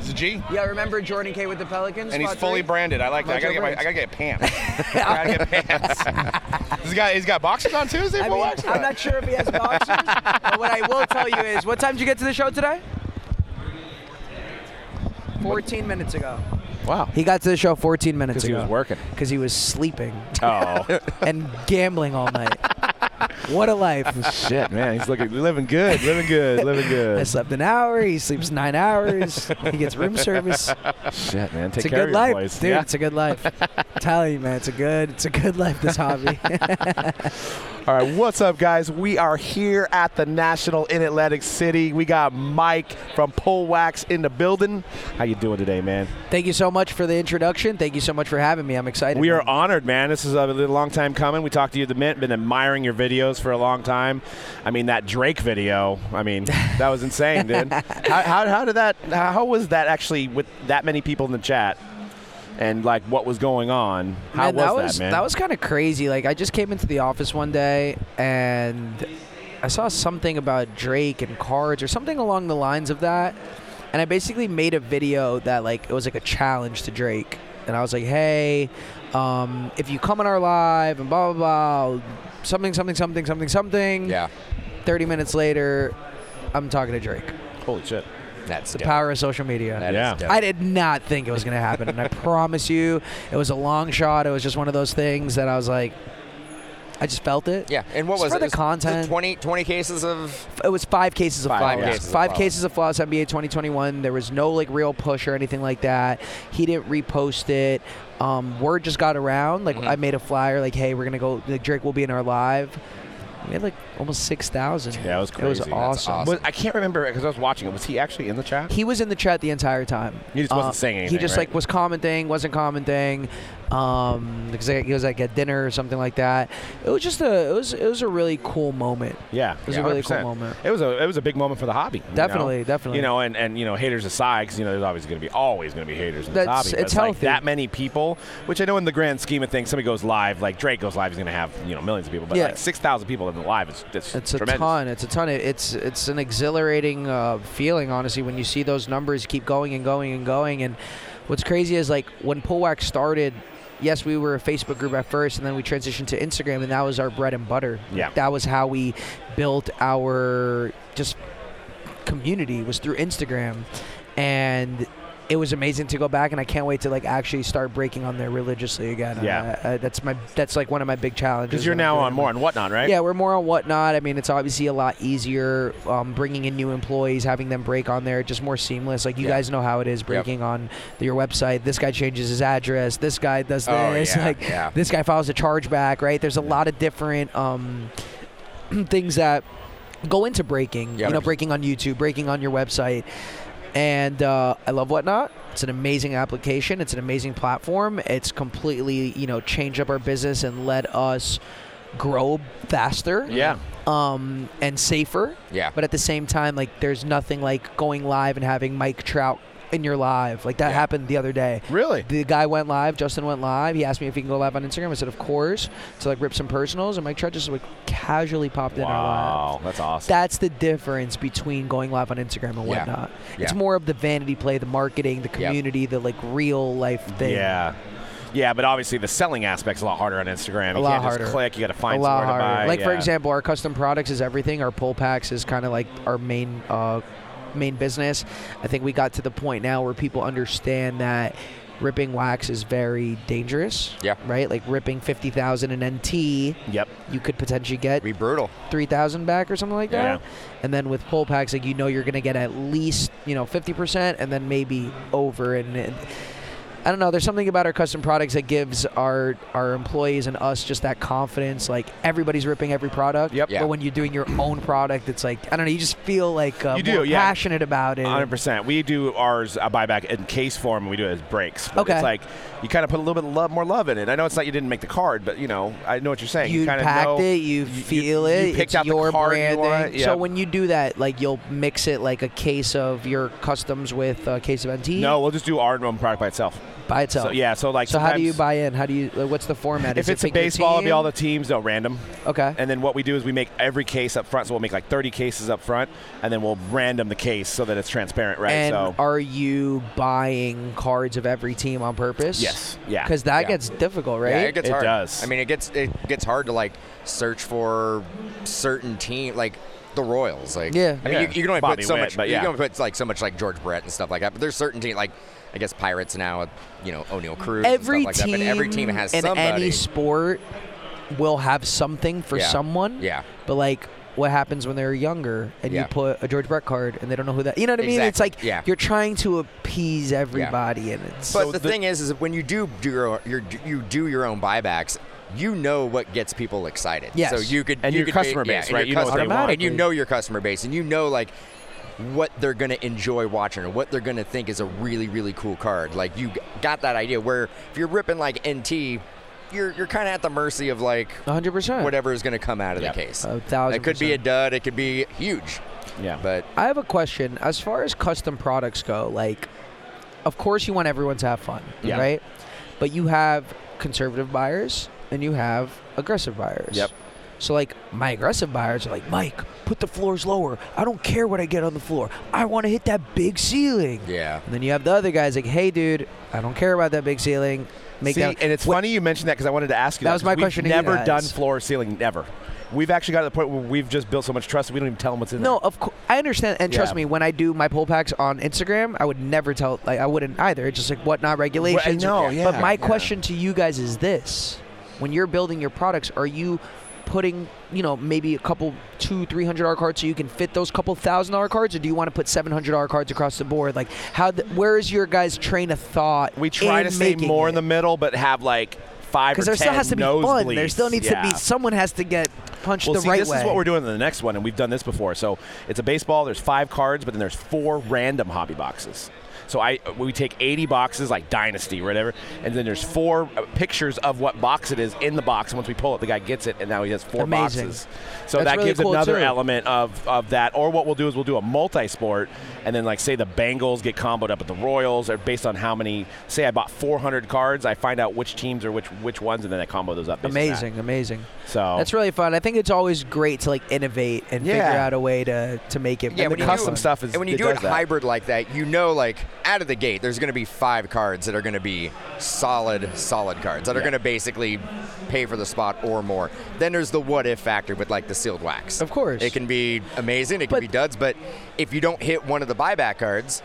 Speaker 2: It's a G,
Speaker 5: Yeah, remember Jordan K with the Pelicans? Spot three?
Speaker 2: branded. I like
Speaker 5: that. I gotta get my- I gotta
Speaker 2: get pants. I gotta get pants. this guy, he's got boxes on Tuesday.
Speaker 5: I mean, I'm not sure if he has boxers, but what I will tell you is, what time did you get to the show today? 14 minutes ago.
Speaker 2: Wow.
Speaker 5: He got to the show 14 minutes
Speaker 2: Because he
Speaker 5: ago.
Speaker 2: was working.
Speaker 5: Because he was sleeping.
Speaker 2: Oh.
Speaker 5: and gambling all night. what a life.
Speaker 2: Shit, man, he's looking, living good, living good, living
Speaker 5: I
Speaker 2: good.
Speaker 5: slept an hour. He sleeps nine hours. He gets room service.
Speaker 2: Shit, man,
Speaker 5: It's
Speaker 2: take
Speaker 5: a
Speaker 2: care
Speaker 5: good
Speaker 2: of your
Speaker 5: life,
Speaker 2: boys.
Speaker 5: dude.
Speaker 2: Yeah.
Speaker 5: It's a good life. I'm telling you, man, it's a good, it's a good life. This hobby.
Speaker 2: All right, what's up, guys? We are here at the National in Atlantic City. We got Mike from Pole Wax in the building. How you doing today, man?
Speaker 5: Thank you so much for the introduction. Thank you so much for having me. I'm excited.
Speaker 2: We
Speaker 5: man.
Speaker 2: are honored, man. This is a little long time coming. We talked to you the mint, been admiring your videos for a long time. I mean, that Drake video. I mean, that was insane, dude. how, how, how did that? How was that actually with that many people in the chat? And like, what was going on? How
Speaker 5: Man,
Speaker 2: was that,
Speaker 5: was
Speaker 2: man?
Speaker 5: was kind of crazy. Like I just came into the office one day and I saw something about Drake and cards or something along the lines of that, and I basically made a video that like it was like a challenge to Drake, and I was like, hey, um, if you come on our live and blah blah blah, something something something something something.
Speaker 4: Yeah.
Speaker 5: Thirty minutes later, I'm talking to Drake.
Speaker 2: Holy shit!
Speaker 4: That's
Speaker 5: The
Speaker 4: dope.
Speaker 5: power of social media.
Speaker 4: That is
Speaker 2: Yeah.
Speaker 4: dope.
Speaker 5: I did not think it was going to happen, and I promise you, it was a long shot. It was just one of those things that I was like, I just felt it.
Speaker 4: yeah, and what
Speaker 5: Just
Speaker 4: was
Speaker 5: for
Speaker 4: it?
Speaker 5: the
Speaker 4: It was- it was
Speaker 5: content.
Speaker 4: 20, 20 cases of
Speaker 5: It was five cases of
Speaker 2: Five
Speaker 5: flowers.
Speaker 4: cases of
Speaker 5: five
Speaker 4: flowers.
Speaker 5: cases of flowers. NBA 2021. There was no like real push or anything like that. He didn't repost it. Um, word just got around. Like
Speaker 2: Mm-hmm.
Speaker 5: I made a flyer, like, hey, we're gonna go. Like, Drake will be in our live. We had like almost six thousand.
Speaker 2: Yeah, it was crazy.
Speaker 5: It was
Speaker 2: That's
Speaker 5: awesome.
Speaker 4: awesome.
Speaker 2: Was- I can't remember because I was watching it. Was he actually in the chat?
Speaker 5: He was in the chat the entire time. Uh,
Speaker 2: He just wasn't saying anything,
Speaker 5: He just
Speaker 2: right?
Speaker 5: like was commenting, wasn't commenting, um, because like, he was like at dinner or something like that. It was just a, it was, it was a really cool moment.
Speaker 2: Yeah,
Speaker 5: was
Speaker 2: yeah,
Speaker 5: a really cool
Speaker 2: 100%.
Speaker 5: moment.
Speaker 2: It was a it was a big moment for the hobby. you know?
Speaker 5: Definitely, definitely.
Speaker 2: You know, and and you know, haters aside, because you know, there's always going to be always going to be haters in
Speaker 5: That's-
Speaker 2: this hobby. but
Speaker 5: it's
Speaker 2: like
Speaker 5: healthy.
Speaker 2: that many people, which I know in the grand scheme of things, somebody goes live, like Drake goes live, he's going to have you know millions of people, but
Speaker 5: Yeah.
Speaker 2: like six thousand people, of them live is that's
Speaker 5: It's a
Speaker 2: tremendous.
Speaker 5: ton. It's a ton. It- It's it's an exhilarating uh, feeling, honestly, when you see those numbers keep going and going and going. And what's crazy is like when Pullwax started. Yes, we were a Facebook group at first, and then we transitioned to Instagram, and that was our bread and butter.
Speaker 2: Yeah.
Speaker 5: that was how we built our just community was through Instagram, and it was amazing to go back. And I can't wait to like actually start breaking on there religiously again.
Speaker 2: Yeah.
Speaker 5: Uh, uh, that's my that's like one of my big challenges.
Speaker 2: Because you're
Speaker 5: when
Speaker 2: now
Speaker 5: I'm doing
Speaker 2: on
Speaker 5: it.
Speaker 2: more and whatnot, right?
Speaker 5: Yeah, we're more on whatnot. I mean, it's obviously a lot easier um, bringing in new employees, having them break on there, just more seamless. Like you
Speaker 4: Yeah.
Speaker 5: guys know how it is breaking on your website. This guy changes his address. This guy does this.
Speaker 4: Oh, yeah,
Speaker 5: like
Speaker 4: yeah.
Speaker 5: this guy files a chargeback. Right? There's a lot of different um, things that go into breaking.
Speaker 4: Yeah.
Speaker 5: You know, breaking on YouTube, breaking on your website. And uh, I love Whatnot. It's an amazing application. It's an amazing platform. It's completely, you know, changed up our business and let us grow faster
Speaker 2: Yeah.
Speaker 5: um, and safer.
Speaker 4: Yeah.
Speaker 5: But at the same time, like there's nothing like going live and having Mike Trout in your live. Like that happened the other day.
Speaker 2: Really?
Speaker 5: The guy went live. Justin went live. He asked me if he can go live on Instagram. I said, of course. To like rip some personals, and Mike Trout just like casually popped in our live.
Speaker 2: Wow, that's awesome.
Speaker 5: That's the difference between going live on Instagram and
Speaker 4: Yeah.
Speaker 5: whatnot. It's
Speaker 4: Yeah.
Speaker 5: more of the vanity play, the marketing, the community, the like real life thing.
Speaker 2: Yeah. Yeah, but obviously the selling aspect's a lot harder on Instagram.
Speaker 5: A
Speaker 2: you
Speaker 5: lot
Speaker 2: can't
Speaker 5: harder.
Speaker 2: just click. You got to find
Speaker 5: a lot
Speaker 2: somewhere
Speaker 5: harder.
Speaker 2: to buy.
Speaker 5: like for
Speaker 2: yeah.
Speaker 5: example, our custom products is everything. Our pull packs is kind of like our main uh, main business. I think we got to the point now where people understand that ripping wax is very dangerous.
Speaker 4: Yeah.
Speaker 5: Right. Like ripping fifty thousand in NT, you
Speaker 2: Yep.
Speaker 5: could potentially get
Speaker 4: Be brutal.
Speaker 5: three thousand back or something like
Speaker 2: Yeah.
Speaker 5: that. And then with pull packs, like you know, you're gonna get at least you know fifty percent, and then maybe over. And, and I don't know. There's something about our custom products that gives our our employees and us just that confidence. Like everybody's ripping every product.
Speaker 2: Yep.
Speaker 4: Yeah.
Speaker 5: But when you're doing your own product, it's like I don't know. You just feel like uh,
Speaker 2: You do,
Speaker 5: more
Speaker 2: yeah.
Speaker 5: passionate about it.
Speaker 2: 100%. We do ours a buyback in case form, and we do it as breaks. But
Speaker 5: Okay.
Speaker 2: It's like you kind of put a little bit of love, more love in it. I know it's not you didn't make the card, but you know, I know what you're saying.
Speaker 5: You,
Speaker 2: kind of
Speaker 5: packed
Speaker 2: know,
Speaker 5: it, you
Speaker 2: you-
Speaker 5: feel
Speaker 2: you
Speaker 5: it.
Speaker 2: picked
Speaker 5: it's
Speaker 2: out the
Speaker 5: your
Speaker 2: card you
Speaker 5: branding.
Speaker 2: want, yeah.
Speaker 5: So when you do that, like you'll mix it like a case of your customs with a case of NT
Speaker 2: No, we'll just do our own product by itself.
Speaker 5: by itself.
Speaker 2: So yeah, so like
Speaker 5: So how do you
Speaker 2: sometimes-
Speaker 5: buy in? How do you? Like, what's the format?
Speaker 2: If
Speaker 5: Is it
Speaker 2: it's a
Speaker 5: pick your
Speaker 2: baseball, it'll be
Speaker 5: team?
Speaker 2: all the teams, no random.
Speaker 5: okay.
Speaker 2: And then what we do is we make every case up front. So we'll make like 30 cases up front, and then we'll random the case so that it's transparent, right?
Speaker 5: And
Speaker 2: so
Speaker 5: are you buying cards of every team on purpose?
Speaker 2: yes, yeah,
Speaker 5: Because that
Speaker 4: Yeah.
Speaker 5: gets difficult, right?
Speaker 4: Yeah, it gets
Speaker 2: It
Speaker 4: hard.
Speaker 2: does.
Speaker 4: I mean, it gets it gets hard to like search for certain team like the Royals. Like,
Speaker 5: Yeah.
Speaker 4: I mean,
Speaker 2: Yeah.
Speaker 4: you, you can only
Speaker 2: Bobby
Speaker 4: put so
Speaker 2: Witt,
Speaker 4: much.
Speaker 2: but yeah.
Speaker 4: You can only put like so much like George Brett and stuff like that. But there's certain team like I guess Pirates now. You know, O'Neill Cruz.
Speaker 5: every
Speaker 4: and stuff
Speaker 5: team
Speaker 4: like that, but every team has
Speaker 5: in
Speaker 4: somebody.
Speaker 5: any sport will have something for
Speaker 4: Yeah.
Speaker 5: someone.
Speaker 4: yeah,
Speaker 5: But like, what happens when they're younger and
Speaker 4: Yeah.
Speaker 5: you put a George Brett card and they don't know who that? You know what I mean? It's
Speaker 4: Exactly.
Speaker 5: like
Speaker 4: Yeah.
Speaker 5: you're trying to appease everybody, and it's
Speaker 4: But
Speaker 2: So
Speaker 4: the,
Speaker 2: the-
Speaker 4: thing is, is when you do do your, your you do your own buybacks, you know what gets people excited.
Speaker 5: Yes.
Speaker 4: So you could
Speaker 2: And
Speaker 4: you
Speaker 2: your
Speaker 4: could
Speaker 2: customer
Speaker 4: be, yeah,
Speaker 2: base,
Speaker 4: and
Speaker 2: right?
Speaker 4: Your
Speaker 2: You know what they
Speaker 4: customer,
Speaker 2: want.
Speaker 4: and you know your customer base, and you know like what they're going to enjoy watching or what they're going to think is a really really cool card. Like you g- got that idea. Where if you're ripping like NT, you're you're kind of at the mercy of like
Speaker 5: 100 percent.
Speaker 4: whatever is going to come out of
Speaker 2: Yeah. Uh,
Speaker 4: the case.
Speaker 5: A thousand
Speaker 4: it could be a
Speaker 5: percent.
Speaker 4: dud. It could be huge.
Speaker 2: yeah.
Speaker 4: But
Speaker 5: I have a question. As far as custom products go, like, of course you want everyone to have fun,
Speaker 2: Yeah.
Speaker 5: right? But you have conservative buyers and you have aggressive buyers.
Speaker 2: Yep.
Speaker 5: So, like, my aggressive buyers are like, Mike, put the floors lower. I don't care what I get on the floor. I want to hit that big ceiling.
Speaker 4: yeah,
Speaker 5: And then you have the other guys like, hey, dude, I don't care about that big ceiling. Make
Speaker 2: See,
Speaker 5: that.
Speaker 2: and it's funny you mentioned that because I wanted to ask you.
Speaker 5: That
Speaker 2: That,
Speaker 5: was my
Speaker 2: 'cause we've
Speaker 5: question to you
Speaker 2: Never
Speaker 5: guys.
Speaker 2: done floor ceiling, never. We've actually got to the point where we've just built so much trust we don't even tell them what's in
Speaker 5: No, of course I understand, and trust
Speaker 2: Yeah.
Speaker 5: me. When I do my pull packs on Instagram, I would never tell. Like I wouldn't either. It's just like what not regulations.
Speaker 2: know, yeah,
Speaker 5: But my
Speaker 2: yeah.
Speaker 5: question to you guys is this: When you're building your products, are you putting, you know, maybe a couple two, three hundred dollar cards so you can fit those couple thousand dollar cards, or do you want to put seven hundred dollar cards across the board? Like how? Th- where is your guys' train of thought?
Speaker 2: there. We try
Speaker 5: in
Speaker 2: to stay
Speaker 5: making
Speaker 2: more
Speaker 5: it?
Speaker 2: in the middle, but have like five or
Speaker 5: because there still
Speaker 2: ten
Speaker 5: has to be fun.
Speaker 2: nosebleeds.
Speaker 5: There still needs to
Speaker 2: Yeah.
Speaker 5: be someone has to get punched
Speaker 2: Well,
Speaker 5: the
Speaker 2: see,
Speaker 5: right
Speaker 2: this
Speaker 5: way.
Speaker 2: is what we're doing in the next one, and we've done this before. So it's a baseball. There's five cards, but then there's four random hobby boxes. So I we take 80 boxes like Dynasty or whatever, and then there's four uh, pictures of what box it is in the box. And once we pull it, the guy gets it, and now he has four
Speaker 5: Amazing.
Speaker 2: boxes. So
Speaker 5: That's
Speaker 2: that
Speaker 5: really
Speaker 2: gives
Speaker 5: cool,
Speaker 2: another
Speaker 5: too.
Speaker 2: element of, of that. Or what we'll do is we'll do a multi-sport, and then like say the Bengals get comboed up with the Royals, or based on how many. Say I bought 400 cards, I find out which teams are which which ones, and then I combo those up. based on that. Oh.
Speaker 5: Amazing, amazing.
Speaker 2: So
Speaker 5: That's really fun. I think it's always great to like innovate and figure
Speaker 2: Yeah.
Speaker 5: out a way to to make it.
Speaker 4: Yeah,
Speaker 5: and
Speaker 4: when
Speaker 5: the
Speaker 4: you
Speaker 5: custom
Speaker 4: do,
Speaker 5: stuff.
Speaker 2: stuff is-
Speaker 4: and when you
Speaker 2: it
Speaker 4: do it
Speaker 2: does that.
Speaker 4: hybrid like that, you know, like out of the gate, there's going to be five cards that are going to be solid, solid cards that are
Speaker 2: Yeah.
Speaker 4: going to basically pay for the spot or more. Then there's the what if factor with like the sealed wax.
Speaker 5: Of course.
Speaker 4: it can be amazing, it can
Speaker 5: But-
Speaker 4: be duds, but if you don't hit one of the buyback cards,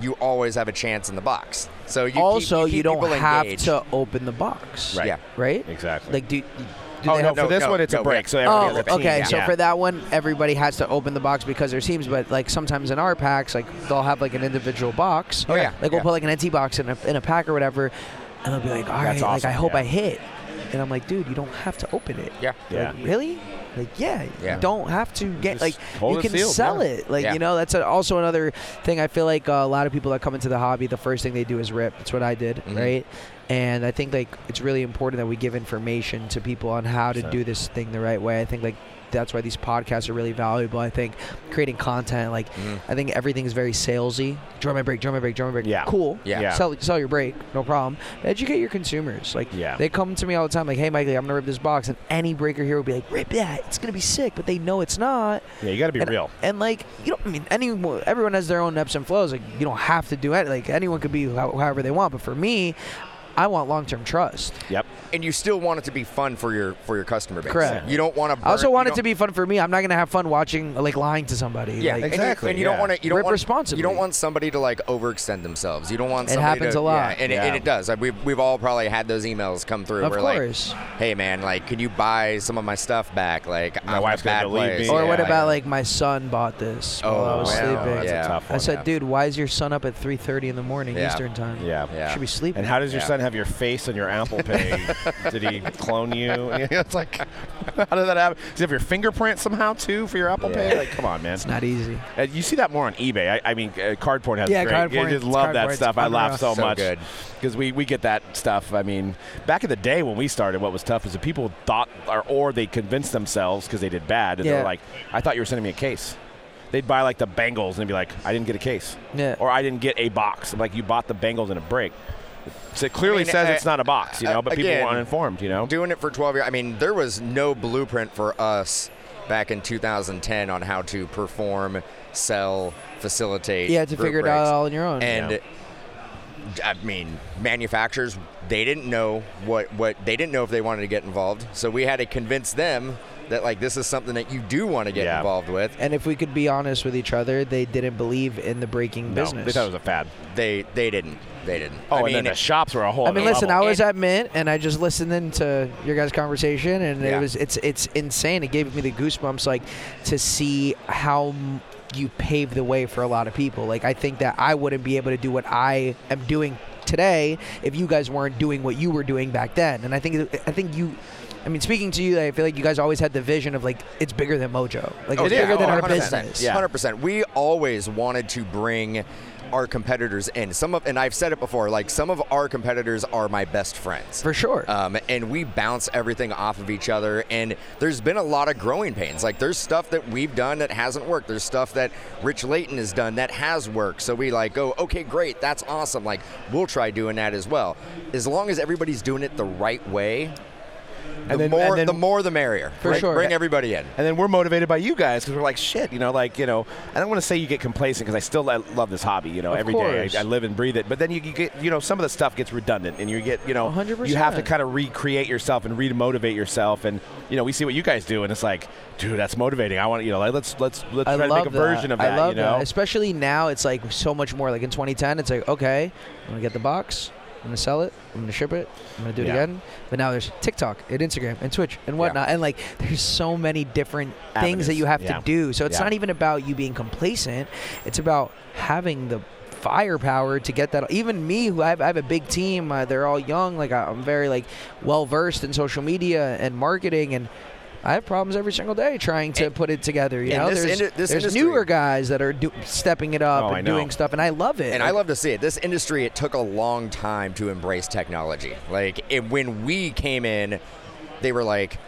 Speaker 4: you always have a chance in the box. So you keep-
Speaker 5: also,
Speaker 4: you, keep
Speaker 5: you don't
Speaker 4: people
Speaker 5: have
Speaker 4: engaged.
Speaker 5: to open the box.
Speaker 2: Right.
Speaker 4: Yeah.
Speaker 5: Right.
Speaker 2: Exactly.
Speaker 5: Like do. do
Speaker 2: oh
Speaker 5: they
Speaker 2: no,
Speaker 5: have-
Speaker 2: for
Speaker 4: no,
Speaker 2: this
Speaker 4: no,
Speaker 2: one it's
Speaker 4: no,
Speaker 2: a
Speaker 4: we
Speaker 2: break.
Speaker 4: have-
Speaker 2: So everyone
Speaker 5: Oh,
Speaker 2: gets a team.
Speaker 5: okay. So
Speaker 2: Yeah.
Speaker 5: for that one, everybody has to open the box because there's teams. But like sometimes in our packs, like they'll have like an individual box.
Speaker 4: Oh, yeah,
Speaker 5: Like we'll
Speaker 4: yeah.
Speaker 5: put like an NT box in a, in a pack or whatever, and they'll be like, all right,
Speaker 2: That's
Speaker 5: like
Speaker 2: awesome,
Speaker 5: I hope
Speaker 2: yeah.
Speaker 5: I hit. And I'm like, dude, you don't have to open it.
Speaker 4: Yeah.
Speaker 2: Yeah.
Speaker 5: Like, really? Like, yeah,
Speaker 4: Yeah.
Speaker 5: you don't have to get
Speaker 2: Just
Speaker 5: like
Speaker 2: hold
Speaker 5: you
Speaker 2: it
Speaker 5: can
Speaker 2: sealed,
Speaker 5: sell
Speaker 2: yeah.
Speaker 5: it. Like
Speaker 4: Yeah.
Speaker 5: you know, that's a, also another thing. I feel like uh, a lot of people that come into the hobby, the first thing they do is rip. That's what I did,
Speaker 2: Mm-hmm.
Speaker 4: Mhm.
Speaker 5: right? And I think like it's really important that we give information to people on how to
Speaker 2: Percent.
Speaker 5: do this thing the right way. I think like that's why these podcasts are really valuable. I think creating content, like
Speaker 4: Mhm.
Speaker 5: I think everything is very salesy. Draw my break, draw my break, draw my break.
Speaker 2: Mm-hmm. Yeah.
Speaker 5: Cool.
Speaker 4: Yeah.
Speaker 2: Yeah.
Speaker 5: Sell sell your break, no problem. Educate your consumers. Like
Speaker 2: Yeah.
Speaker 5: they come to me all the time, like, hey Michael, I'm gonna rip this box, and any breaker here will be like, rip that, it's gonna be sick, but they know it's not.
Speaker 2: yeah, you got to be
Speaker 5: and,
Speaker 2: real.
Speaker 5: And like, you don't I mean any everyone has their own ebbs and flows. Like you don't have to do it. Like anyone could be how- however they want. But for me, I want long term trust.
Speaker 2: Yep.
Speaker 4: and you still want it to be fun for your for your customer base.
Speaker 5: Correct.
Speaker 4: You don't want to.
Speaker 5: I also want it to be fun for me. I'm not gonna have fun watching like lying to somebody.
Speaker 4: Yeah,
Speaker 5: Like,
Speaker 4: and you-
Speaker 2: Exactly,
Speaker 4: And you,
Speaker 2: yeah.
Speaker 4: don't want to. You don't
Speaker 5: Rip
Speaker 4: want,
Speaker 5: responsibly.
Speaker 4: You don't want somebody to like overextend themselves. You don't want.
Speaker 5: It
Speaker 4: somebody
Speaker 5: happens
Speaker 4: to-
Speaker 5: a lot.
Speaker 4: Yeah, and, It,
Speaker 2: Yeah.
Speaker 4: and it does. Like, we've we've all probably had those emails come through.
Speaker 5: Of
Speaker 4: where
Speaker 5: course.
Speaker 4: Like, hey man, like, can you buy some of my stuff back? Like,
Speaker 2: My
Speaker 4: I'm
Speaker 2: wife's
Speaker 4: in a
Speaker 2: gonna
Speaker 4: bad
Speaker 2: believe
Speaker 4: place.
Speaker 2: me.
Speaker 5: Or
Speaker 2: Yeah,
Speaker 5: what
Speaker 2: yeah.
Speaker 5: about like my son bought this
Speaker 4: Oh,
Speaker 5: while I was
Speaker 4: wow,
Speaker 5: sleeping?
Speaker 2: That's
Speaker 4: Yeah.
Speaker 2: a tough one.
Speaker 5: I said,
Speaker 4: yeah.
Speaker 5: dude, why is your son up at 3:30 in the morning
Speaker 4: Yeah.
Speaker 5: Eastern time?
Speaker 2: Yeah.
Speaker 4: Yeah.
Speaker 5: Should be sleeping.
Speaker 2: And how does your
Speaker 4: Yeah.
Speaker 2: son have your face on your Apple Pay? did he clone you? it's like, how did that happen? Does he have your fingerprint somehow too for your Apple
Speaker 4: Yeah.
Speaker 2: Pay? Like, come on, man.
Speaker 5: it's not easy.
Speaker 2: Uh, you see that more on eBay. I, I mean, uh, card porn has
Speaker 5: Yeah,
Speaker 2: great.
Speaker 5: card porn-
Speaker 2: I just love
Speaker 5: card
Speaker 2: that
Speaker 5: porn's
Speaker 2: stuff. I laugh so,
Speaker 4: So
Speaker 2: much
Speaker 4: good.
Speaker 2: because we, we get that stuff. I mean, back in the day when we started, what was tough is that people thought or, or they convinced themselves because they did bad, and
Speaker 5: Yeah.
Speaker 2: they're like, "I thought you were sending me a case." They'd buy like the Bengals and be like, "I didn't get a case,"
Speaker 5: Yeah.
Speaker 2: or "I didn't get a box." I'm like, "You bought the Bengals in a break." So it clearly
Speaker 4: I mean,
Speaker 2: says
Speaker 4: uh,
Speaker 2: it's not a box, you know,
Speaker 4: uh,
Speaker 2: but people
Speaker 4: again,
Speaker 2: were uninformed, you know.
Speaker 4: Doing it for 12 years. I mean, there was no blueprint for us back in 2010 on how to perform, sell, facilitate.
Speaker 5: You had to
Speaker 4: group
Speaker 5: figure it
Speaker 4: breaks.
Speaker 5: out all on your own.
Speaker 4: and uh, I mean, manufacturers they didn't know what what they didn't know if they wanted to get involved. So we had to convince them that like this is something that you do want to get
Speaker 2: Yeah.
Speaker 4: involved with.
Speaker 5: And if we could be honest with each other, they didn't believe in the breaking
Speaker 2: No,
Speaker 5: business.
Speaker 2: they thought it was a fad.
Speaker 4: They they didn't. They didn't.
Speaker 2: Oh,
Speaker 4: I
Speaker 2: and
Speaker 4: mean,
Speaker 2: then the shops were a whole.
Speaker 5: I mean,
Speaker 2: other
Speaker 5: listen, I
Speaker 2: level.
Speaker 5: was at Mint and I just listened into your guys' conversation, and
Speaker 4: Yeah.
Speaker 5: it was it's it's insane. It gave me the goosebumps, like to see how m- you pave the way for a lot of people. Like I think that I wouldn't be able to do what I am doing today if you guys weren't doing what you were doing back then. And I think I think you. I mean, speaking to you, I feel like you guys always had the vision of like it's bigger than Mojo, like it's
Speaker 4: yeah.
Speaker 5: bigger than
Speaker 4: Oh,
Speaker 5: our
Speaker 4: 100%.
Speaker 5: business.
Speaker 2: Yeah.
Speaker 4: 100%. We always wanted to bring our competitors in. Some of and I've said it before, like some of our competitors are my best friends.
Speaker 5: For sure.
Speaker 4: Um, and we bounce everything off of each other and there's been a lot of growing pains. Like there's stuff that we've done that hasn't worked. There's stuff that Rich Layton has done that has worked. So we like go, okay, great, that's awesome. Like we'll try doing that as well. As long as everybody's doing it the right way, the
Speaker 2: then-
Speaker 4: more
Speaker 2: and then-
Speaker 4: the more the merrier.
Speaker 5: For
Speaker 4: Bring-
Speaker 5: sure.
Speaker 4: Bring everybody in.
Speaker 2: And then we're motivated by you guys because we're like, shit, you know, like, you know, I don't want to say you get complacent because I still I love this hobby, you know,
Speaker 5: Of
Speaker 2: every day
Speaker 5: course.
Speaker 2: I, I live and breathe it. But then you, you get, you know, some of the stuff gets redundant and you get, you know,
Speaker 5: 100%.
Speaker 2: you have to kind of recreate yourself and re-motivate yourself. And, you know, we see what you guys do and it's like, dude, that's motivating. I want to, you know, like, let's, let's, let's try to make a version of that,
Speaker 5: I love
Speaker 2: you know?
Speaker 5: that. Especially now, it's like so much more. Like in 2010, it's like okay, I'm gonna get the box, I'm gonna sell it, I'm gonna ship it, I'm gonna do it
Speaker 2: Yeah.
Speaker 5: again. But now there's TikTok and Instagram and Twitch and whatnot, and like there's so many different things that
Speaker 2: Avenues.
Speaker 5: you have
Speaker 2: Yeah.
Speaker 5: to do. So it's
Speaker 2: Yeah.
Speaker 5: not even about you being complacent. It's about having the firepower to get that even me who I have, I have a big team uh, they're all young like I- i'm very like well versed in social media and marketing and I have problems every single day trying to put it together. You
Speaker 4: in
Speaker 5: know,
Speaker 4: this
Speaker 5: there's,
Speaker 4: indu- this
Speaker 5: there's
Speaker 4: industry-
Speaker 5: newer guys that are do- stepping it up
Speaker 2: Oh, I
Speaker 5: and
Speaker 2: know.
Speaker 5: doing stuff, and I love it.
Speaker 4: And I
Speaker 5: Like,
Speaker 4: love to see it. This industry, it took a long time to embrace technology. Like, it, when we came in, they were like,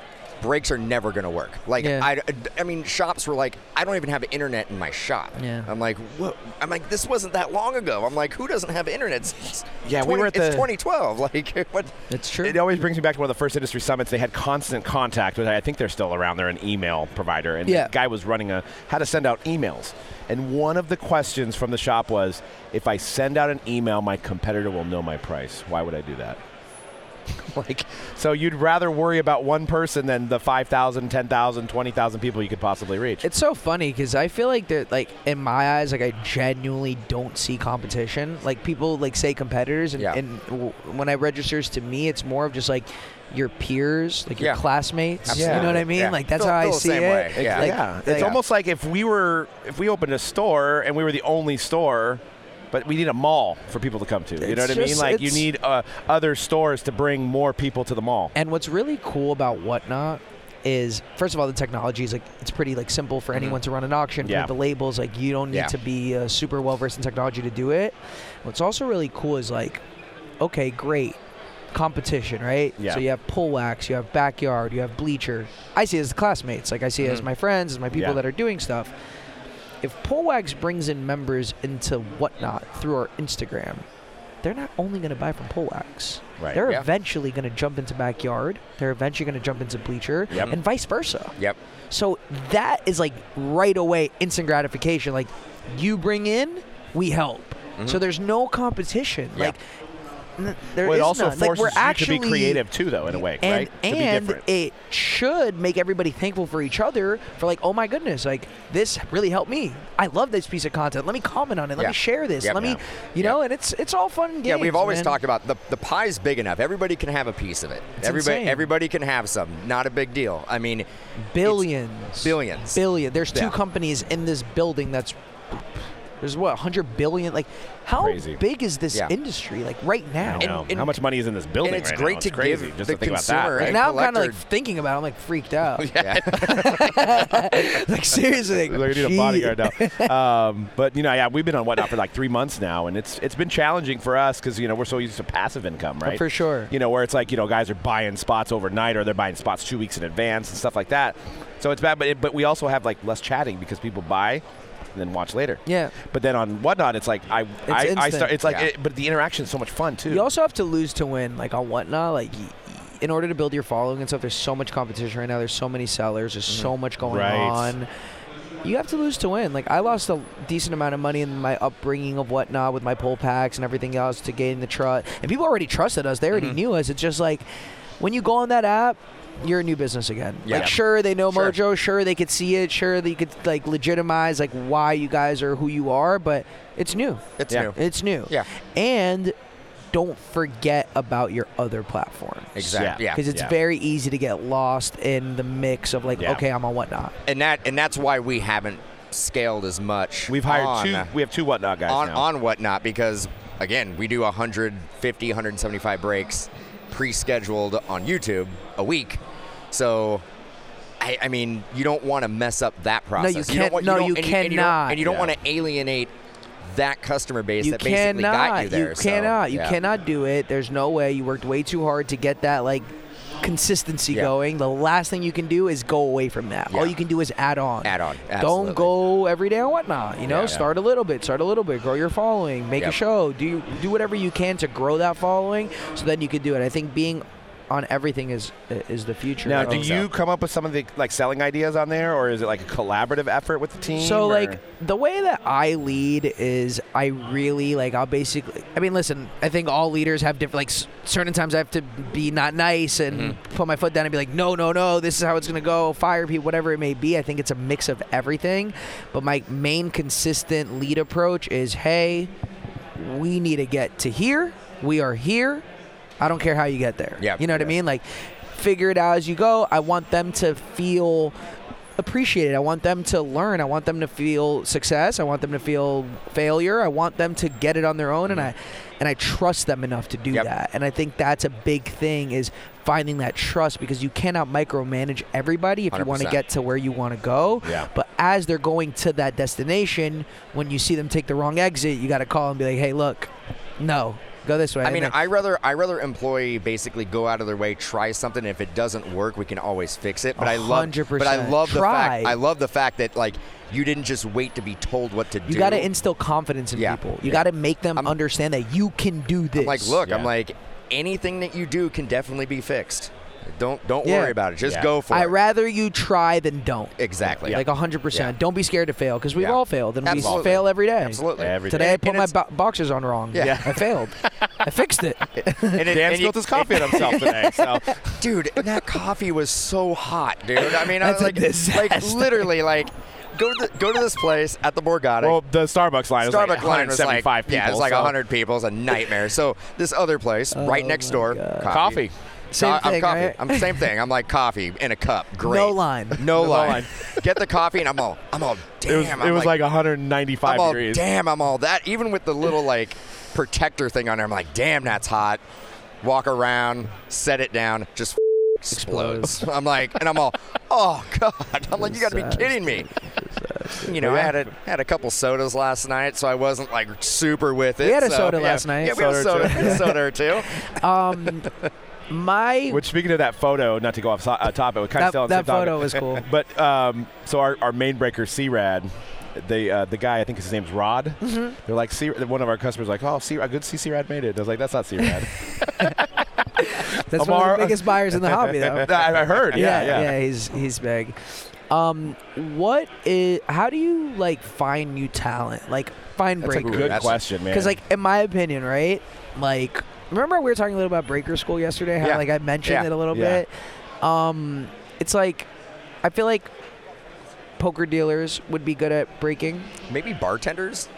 Speaker 4: brakes are never going to work. Like,
Speaker 5: Yeah.
Speaker 4: I, I mean, shops were like, I don't even have internet in my shop.
Speaker 5: Yeah.
Speaker 4: I'm like, what? I'm like, this wasn't that long ago. I'm like, who doesn't have internet? It's-
Speaker 2: Yeah, we
Speaker 4: 20
Speaker 2: were at
Speaker 4: It's
Speaker 2: the-
Speaker 4: 2012. Like, what?
Speaker 5: it's true.
Speaker 2: It always brings me back to one of the first industry summits. They had constant contact with. I think they're still around. They're an email provider, and
Speaker 5: Yeah.
Speaker 2: the guy was running a how to send out emails. And one of the questions from the shop was, if I send out an email, my competitor will know my price. Why would I do that? like, so you'd rather worry about one person than the 5,000, 10,000, 20,000 people you could possibly reach.
Speaker 5: It's so funny because I feel like that, like in my eyes, like I genuinely don't see competition. Like people like say competitors, and,
Speaker 4: Yeah.
Speaker 5: and w- when I registers to me, it's more of just like your peers, like your
Speaker 4: Yeah.
Speaker 5: classmates. You know what I
Speaker 4: Absolutely.
Speaker 5: mean?
Speaker 4: Yeah.
Speaker 5: Like that's
Speaker 4: Feel-
Speaker 5: how I
Speaker 4: feel the
Speaker 5: see
Speaker 4: same
Speaker 5: it.
Speaker 4: way. Yeah.
Speaker 5: Like,
Speaker 2: yeah,
Speaker 5: like-
Speaker 2: it's almost like if we were if we opened a store and we were the only store, but we need a mall for people to come to. You know
Speaker 5: It's
Speaker 2: what I mean?
Speaker 5: just-
Speaker 2: Like you
Speaker 5: it's-
Speaker 2: need uh, other stores to bring more people to the mall.
Speaker 5: And what's really cool about Whatnot is, first of all, the technology is like it's pretty like simple for anyone to run an auction.
Speaker 2: Mm-hmm. Yeah.
Speaker 5: With the labels, like you don't need
Speaker 4: Yeah.
Speaker 5: to be uh, super well versed in technology to do it. What's also really cool is like, okay, great competition, right?
Speaker 2: Yeah.
Speaker 5: So you have pull wax, you have backyard, you have bleacher. I see it as the classmates. Like I see it as my friends, as my people
Speaker 2: Mm-hmm. Yeah.
Speaker 5: that are doing stuff. If pull wax brings in members into Whatnot through our Instagram, they're not only going to buy from pull wax.
Speaker 2: Right.
Speaker 5: They're
Speaker 4: Yeah.
Speaker 5: eventually going to jump into backyard. They're eventually going to jump into bleacher,
Speaker 2: Yep.
Speaker 5: and vice versa.
Speaker 4: Yep.
Speaker 5: So that is like right away instant gratification. Like you bring in, we help.
Speaker 2: Mm-hmm.
Speaker 5: So there's no competition.
Speaker 4: Yeah.
Speaker 5: Like n- there
Speaker 2: Well, it
Speaker 5: is
Speaker 2: also
Speaker 5: none.
Speaker 2: forces
Speaker 5: like, we're
Speaker 2: you
Speaker 5: actually,
Speaker 2: to be creative too, though, in a way,
Speaker 5: and,
Speaker 2: right? to be
Speaker 5: And
Speaker 2: different.
Speaker 5: it should make everybody thankful for each other for like, oh my goodness, like this really helped me. I love this piece of content. Let me comment on it. Let
Speaker 4: Yeah.
Speaker 5: me share this.
Speaker 4: Yep.
Speaker 5: Let me,
Speaker 4: Yeah.
Speaker 5: you know, and it's it's all fun. Games,
Speaker 4: Yeah, we've always
Speaker 5: man.
Speaker 4: talked about the the pie's big enough. Everybody can have a piece of it. everybody
Speaker 5: insane.
Speaker 4: everybody can have some. Not a big deal. I mean,
Speaker 5: billions.
Speaker 4: billions.
Speaker 5: Billion. There's two
Speaker 4: Yeah.
Speaker 5: companies in this building that's there's what 100 billion like how
Speaker 2: Crazy.
Speaker 5: big is this
Speaker 4: Yeah.
Speaker 5: industry like right now?
Speaker 2: I don't
Speaker 4: and-
Speaker 2: know.
Speaker 4: and-
Speaker 2: How much money is in this building?
Speaker 4: it's
Speaker 2: right
Speaker 4: great
Speaker 2: now?
Speaker 4: to
Speaker 2: crazy.
Speaker 4: give
Speaker 2: Just
Speaker 4: the
Speaker 2: to think about that.
Speaker 4: consumer
Speaker 5: Like,
Speaker 4: and
Speaker 5: now I'm kind of like
Speaker 4: collector-
Speaker 5: thinking about it. I'm like freaked out.
Speaker 4: yeah.
Speaker 5: like seriously.
Speaker 2: Like, we need a bodyguard now. um, but you know, yeah, we've been on whatnot for like three months now, and it's it's been challenging for us because you know we're so used to passive income, right?
Speaker 5: Oh, for sure.
Speaker 2: You know, where it's like you know guys are buying spots overnight or they're buying spots two weeks in advance and stuff like that. So it's bad, but it, but we also have like less chatting because people buy and then watch later.
Speaker 5: Yeah.
Speaker 2: But then on whatnot, it's like I I, I
Speaker 5: instant.
Speaker 2: start. It's like,
Speaker 4: Yeah.
Speaker 2: it, but the interaction is so much fun too.
Speaker 5: You also have to lose to win, like on whatnot. Like, y- y- in order to build your following and stuff, there's so much competition right now. There's so many sellers. There's so much going
Speaker 2: Right.
Speaker 5: on. You have to lose to win. Like, I lost a decent amount of money in my upbringing of whatnot with my pull packs and everything else to gain the trust. And people already trusted us. They already knew us. It's just like when you go on that app. You're a new business again.
Speaker 4: Yeah.
Speaker 5: Like, sure, they know
Speaker 4: Sure.
Speaker 5: Mojo. Sure, they could see it. Sure, they could like legitimize like why you guys are who you are. But it's new.
Speaker 4: It's
Speaker 2: Yeah.
Speaker 4: new.
Speaker 5: It's new.
Speaker 4: Yeah.
Speaker 5: And don't forget about your other platforms.
Speaker 4: Exactly.
Speaker 2: Yeah.
Speaker 4: Yeah.
Speaker 5: Because it's
Speaker 2: Yeah.
Speaker 5: very easy to get lost in the mix of like,
Speaker 2: Yeah.
Speaker 5: okay, I'm on whatnot.
Speaker 4: And that and that's why we haven't scaled as much.
Speaker 2: We've hired
Speaker 4: on,
Speaker 2: two. We have two whatnot guys
Speaker 4: on
Speaker 2: now.
Speaker 4: on whatnot because again, we do 150, 175 breaks pre-scheduled on YouTube a week. So I, I mean, you don't want to mess up that process.
Speaker 5: can't-
Speaker 4: Don't want,
Speaker 5: no,
Speaker 4: don't-
Speaker 5: you
Speaker 4: and and
Speaker 5: cannot.
Speaker 4: and you don't
Speaker 2: Yeah.
Speaker 4: want to alienate that customer base
Speaker 5: You
Speaker 4: that basically got you
Speaker 5: cannot.
Speaker 4: there.
Speaker 5: you
Speaker 4: so,
Speaker 5: cannot. You
Speaker 4: yeah.
Speaker 5: cannot do it. There's no way. You worked way too hard to get that like consistency
Speaker 4: Yeah.
Speaker 5: going. The last thing you can do is go away from that. All
Speaker 4: Yeah.
Speaker 5: you can do is add on.
Speaker 4: Add on,
Speaker 5: Don't
Speaker 4: absolutely.
Speaker 5: go every day on whatnot. You know,
Speaker 4: Yeah.
Speaker 5: start a little bit. Start a little bit. Grow your following. Make a
Speaker 4: Yep.
Speaker 5: show. Do do whatever you can to grow that following, so then you can do it. I think being on everything is is the future.
Speaker 2: Now,
Speaker 5: of-
Speaker 2: do you come up with some of the like selling ideas on there, or is it like a collaborative effort with the team?
Speaker 5: So
Speaker 2: or-
Speaker 5: like the way that I lead is I really like I'll basically I mean listen I think all leaders have different like s- certain times I have to be not nice and put my foot down and be like no no no this is how it's gonna go fire people whatever it may be I think it's a mix of everything but my main consistent lead approach is hey we need to get to here we are here I don't care how you get there
Speaker 4: Yeah,
Speaker 5: you know what I
Speaker 4: yeah.
Speaker 5: mean like figure it out as you go I want them to feel appreciate it. I want them to learn. I want them to feel success. I want them to feel failure. I want them to get it on their own, and I and I trust them enough to do
Speaker 4: Mm-hmm. Yep.
Speaker 5: that. And I think that's a big thing is finding that trust because you cannot micromanage everybody if you want to
Speaker 4: 100%.
Speaker 5: get to where you want to go.
Speaker 2: Yeah.
Speaker 5: But as they're going to that destination, when you see them take the wrong exit, you got to call and be like, "Hey, look, no, go this way."
Speaker 4: I
Speaker 5: And
Speaker 4: mean,
Speaker 5: then-
Speaker 4: I rather I rather employee basically go out of their way, try something. And if it doesn't work, we can always fix it. But I love, but I
Speaker 5: 100%.
Speaker 4: love the fact
Speaker 5: Try.
Speaker 4: I love the fact that like you didn't just wait to be told what to do.
Speaker 5: You got to instill confidence in
Speaker 4: Yeah.
Speaker 5: people. You
Speaker 4: Yeah.
Speaker 5: got to make them
Speaker 4: I'm-
Speaker 5: understand that you can do this.
Speaker 4: I'm like, look,
Speaker 2: Yeah.
Speaker 4: I'm like, anything that you do can definitely be fixed. Don't don't
Speaker 5: Yeah.
Speaker 4: worry about it. Just
Speaker 2: Yeah.
Speaker 4: go for
Speaker 5: I
Speaker 4: it.
Speaker 5: rather you try than don't.
Speaker 4: exactly.
Speaker 5: Like 100%.
Speaker 4: Yeah.
Speaker 5: Don't be scared to fail because we've
Speaker 4: Yeah.
Speaker 5: all failed and we
Speaker 4: Absolutely.
Speaker 5: fail every day.
Speaker 4: Absolutely.
Speaker 2: Every
Speaker 5: Today I
Speaker 4: And-
Speaker 5: put
Speaker 4: and
Speaker 5: my
Speaker 4: it's-
Speaker 5: bo- boxers on wrong.
Speaker 4: Yeah.
Speaker 5: I failed. I fixed it.
Speaker 4: And it-
Speaker 2: Dan
Speaker 4: and you-
Speaker 2: spilled his coffee on himself today. So
Speaker 4: dude, and that coffee was so hot, dude. I mean, I was
Speaker 5: That's a
Speaker 4: like, like
Speaker 5: disaster.
Speaker 4: literally, like, go to the, go to this place at the Borgata.
Speaker 2: well, the Starbucks line was
Speaker 4: Starbucks
Speaker 2: like
Speaker 4: line was like,
Speaker 2: 175 people.
Speaker 4: yeah, it was like
Speaker 2: so-
Speaker 4: 100 people. It's a nightmare. so this other place, right next
Speaker 5: Oh my
Speaker 4: door,
Speaker 5: God.
Speaker 2: Coffee.
Speaker 4: So
Speaker 5: Same
Speaker 4: I- I'm
Speaker 5: thing,
Speaker 4: coffee.
Speaker 5: right?
Speaker 4: I'm same thing. I'm like coffee in a cup. Great.
Speaker 5: No line.
Speaker 4: No, line.
Speaker 2: line.
Speaker 4: Get the coffee, and I'm all, I'm all, damn.
Speaker 2: It was,
Speaker 4: I'm
Speaker 2: it was like, 195
Speaker 4: I'm all,
Speaker 2: degrees.
Speaker 4: damn, I'm all that. Even with the little like protector thing on there, I'm like, damn, that's hot. Walk around, set it down, just f- explodes. I'm like, and I'm all, oh god. I'm like, you got to be kidding me. You know, I had a had a couple sodas last night, so I wasn't like super with it.
Speaker 5: We had a
Speaker 4: so,
Speaker 5: soda
Speaker 4: yeah.
Speaker 5: last night.
Speaker 4: Yeah, we had a
Speaker 2: Soda or
Speaker 4: soda,
Speaker 2: two.
Speaker 4: we had a soda or two.
Speaker 5: Um, my
Speaker 2: Which, speaking of that photo, not to go off so- uh, topic, we kind of
Speaker 5: that,
Speaker 2: still on the
Speaker 5: that
Speaker 2: same topic.
Speaker 5: photo was cool.
Speaker 2: But um, so our, our main breaker, C-Rad, they, uh, the guy, I think his name's Rod.
Speaker 5: Mm-hmm.
Speaker 2: They're like, C- one of our customers like, oh, C- I could see C-Rad made it. I was like, that's not C-Rad.
Speaker 5: That's one
Speaker 2: Amar-
Speaker 5: of the biggest buyers in the hobby, though.
Speaker 2: I, I heard. Yeah,
Speaker 5: yeah, he's he's big. Um, what is? How do you like find new talent? Like find
Speaker 4: That's a
Speaker 5: breakers?
Speaker 2: Good
Speaker 4: That's-
Speaker 2: question, man.
Speaker 5: Because, like, in my opinion, right? Like, remember we were talking a little about breaker school yesterday? How,
Speaker 4: Yeah.
Speaker 5: like, I mentioned
Speaker 4: Yeah.
Speaker 5: it a little
Speaker 2: Yeah.
Speaker 5: bit. Um, it's like, I feel like poker dealers would be good at breaking,
Speaker 4: Maybe bartenders.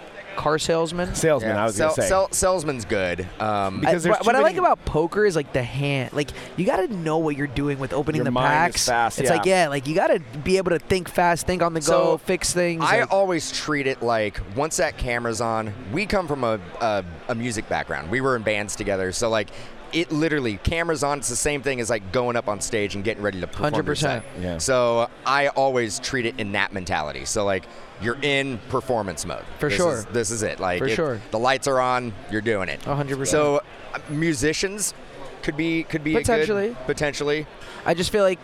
Speaker 5: car salesmen.
Speaker 2: salesman, I was
Speaker 4: Sell-
Speaker 2: going to say.
Speaker 4: sell- salesman's good. Um,
Speaker 2: Because
Speaker 5: I-
Speaker 2: there's
Speaker 5: what
Speaker 2: too
Speaker 5: what I like
Speaker 2: many-
Speaker 5: about poker is like the hand. Like you got to know what you're doing with opening
Speaker 2: Your
Speaker 5: the
Speaker 2: mind is
Speaker 5: packs.
Speaker 2: fast,
Speaker 5: it's
Speaker 2: yeah.
Speaker 5: like yeah, like you got to be able to think fast, think on the go,
Speaker 4: So,
Speaker 5: fix things.
Speaker 4: I
Speaker 5: like-
Speaker 4: always treat it like once that camera's on, we come from a, a, a music background. We were in bands together. So, like, it literally, cameras on, it's the same thing as like going up on stage and getting ready to perform. your
Speaker 5: 100%.
Speaker 4: set.
Speaker 2: Yeah.
Speaker 4: So, I always treat it in that mentality. So, like, you're in performance mode.
Speaker 5: For
Speaker 4: This
Speaker 5: sure.
Speaker 4: is- this is it. Like,
Speaker 5: For
Speaker 4: if
Speaker 5: sure.
Speaker 4: The lights are on, you're doing it.
Speaker 5: 100%.
Speaker 4: So, uh, musicians could be, could be a good-
Speaker 5: Potentially.
Speaker 4: potentially.
Speaker 5: I just feel like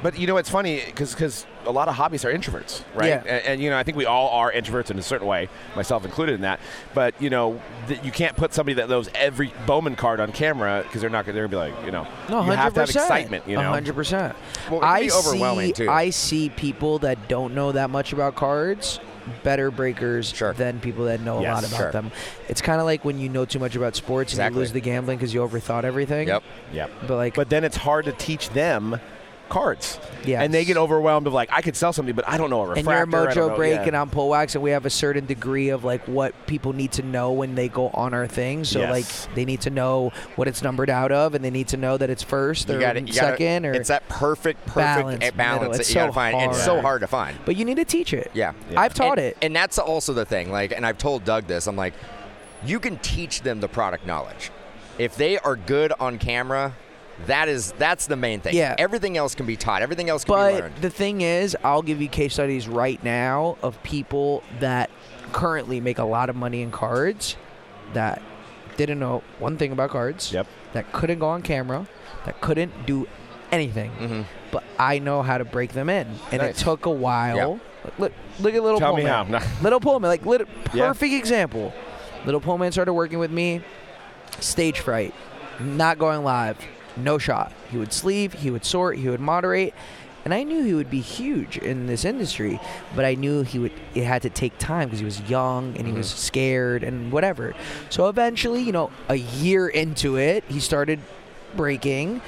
Speaker 2: But you know, it's funny because a lot of hobbies are introverts, right?
Speaker 5: Yeah.
Speaker 2: A- And, you know, I think we all are introverts in a certain way, myself included in that. But you know, th- you can't put somebody that knows every Bowman card on camera because they're not going to be like, you know,
Speaker 5: no, 100%.
Speaker 2: you have to have excitement, you know.
Speaker 5: 100%.
Speaker 4: Well, it can
Speaker 5: I
Speaker 4: be overwhelming,
Speaker 5: see,
Speaker 4: too.
Speaker 5: I see people that don't know that much about cards better breakers
Speaker 4: Sure.
Speaker 5: than people that know a
Speaker 2: Yes,
Speaker 5: lot about
Speaker 4: sure.
Speaker 5: them. It's kind of like when you know too much about sports and you
Speaker 4: Exactly.
Speaker 5: lose the gambling because you overthought everything.
Speaker 4: Yep.
Speaker 2: Yep.
Speaker 5: But like,
Speaker 2: But then it's hard to teach them cards.
Speaker 5: Yes.
Speaker 2: And they get overwhelmed of like, I could sell something, but I don't know a
Speaker 5: and
Speaker 2: refractor.
Speaker 5: you're a
Speaker 2: I don't
Speaker 5: mojo
Speaker 2: know-
Speaker 5: break
Speaker 2: yeah.
Speaker 5: and I'm pole wax and we have a certain degree of like what people need to know when they go on our thing. So
Speaker 2: Yes.
Speaker 5: like they need to know what it's numbered out of and they need to know that it's first or
Speaker 4: You gotta- you gotta-
Speaker 5: second or
Speaker 4: it's that perfect, perfect eh,
Speaker 5: balance,
Speaker 4: balance,
Speaker 5: middle.
Speaker 4: that
Speaker 5: It's
Speaker 4: you gotta
Speaker 5: so
Speaker 4: find. It's
Speaker 5: hard.
Speaker 4: so hard to find.
Speaker 5: but you need to teach it.
Speaker 4: Yeah.
Speaker 2: Yeah.
Speaker 5: I've taught
Speaker 4: and,
Speaker 5: it.
Speaker 4: And that's also the thing. Like, and I've told Doug this. I'm like, you can teach them the product knowledge. If they are good on camera, that is that's the main thing.
Speaker 5: Yeah.
Speaker 4: Everything else can be taught. Everything else can be
Speaker 5: But
Speaker 4: learned.
Speaker 5: the thing is, I'll give you case studies right now of people that currently make a lot of money in cards that didn't know one thing about cards,
Speaker 2: Yep.
Speaker 5: that couldn't go on camera, that couldn't do anything.
Speaker 4: Mhm.
Speaker 5: But I know how to break them in, and
Speaker 2: Nice.
Speaker 5: it took a while. Look, look at little
Speaker 2: Tell me
Speaker 5: Pullman.
Speaker 2: how. No.
Speaker 5: Little Pullman, like lit-
Speaker 2: Yeah.
Speaker 5: perfect example. Little Pullman started working with me. Stage fright, not going live, no shot. He would sleeve, he would sort, he would moderate, and I knew he would be huge in this industry. But I knew he would. It had to take time because he was young and he was scared and whatever. So eventually, you know, a year into it, he started breaking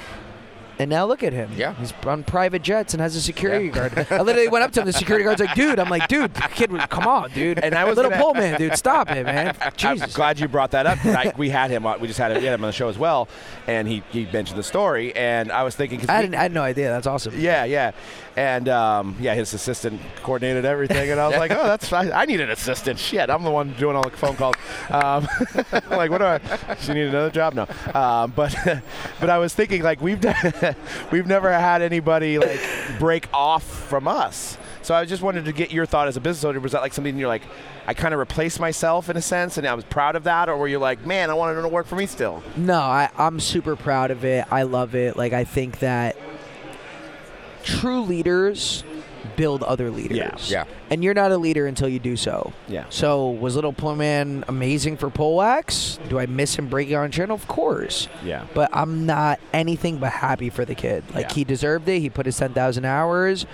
Speaker 5: And now look at him.
Speaker 4: Yeah.
Speaker 5: He's on private jets and has a security guard. I literally went up to him. The security guard's like, dude. I'm like, dude, kid, come on, dude.
Speaker 2: And I was
Speaker 5: little
Speaker 2: gonna-
Speaker 5: pole man, dude. Stop it, man.
Speaker 2: I'm
Speaker 5: Jesus.
Speaker 2: glad you brought that up. I, we had him. on- We just had him, we had him on the show as well, and he, he mentioned the story. And I was thinking, 'cause
Speaker 5: I
Speaker 2: we-
Speaker 5: didn't. I had no idea. That's awesome.
Speaker 2: Yeah, yeah, and um, yeah, his assistant coordinated everything, and I was like, oh, that's fine. I need an assistant. Shit, I'm the one doing all the phone calls. Um, like, what do I? She need another job now. Um, but but I was thinking like we've done, we've never had anybody like break off from us. So I just wanted to get your thought as a business owner. Was that like something you're like, I kind of replaced myself in a sense, and I was proud of that, or were you like, man, I wanted to work for me still?
Speaker 5: No, I, I'm super proud of it. I love it. Like I think that true leaders build other leaders.
Speaker 4: yeah.
Speaker 5: And you're not a leader until you do so.
Speaker 2: Yeah.
Speaker 5: So was Little Pole Man amazing for pole wax? Do I miss him breaking on channel? Of course.
Speaker 2: Yeah.
Speaker 5: But I'm not anything but happy for the kid. Like
Speaker 2: Yeah.
Speaker 5: he deserved it. He put his ten thousand hours. And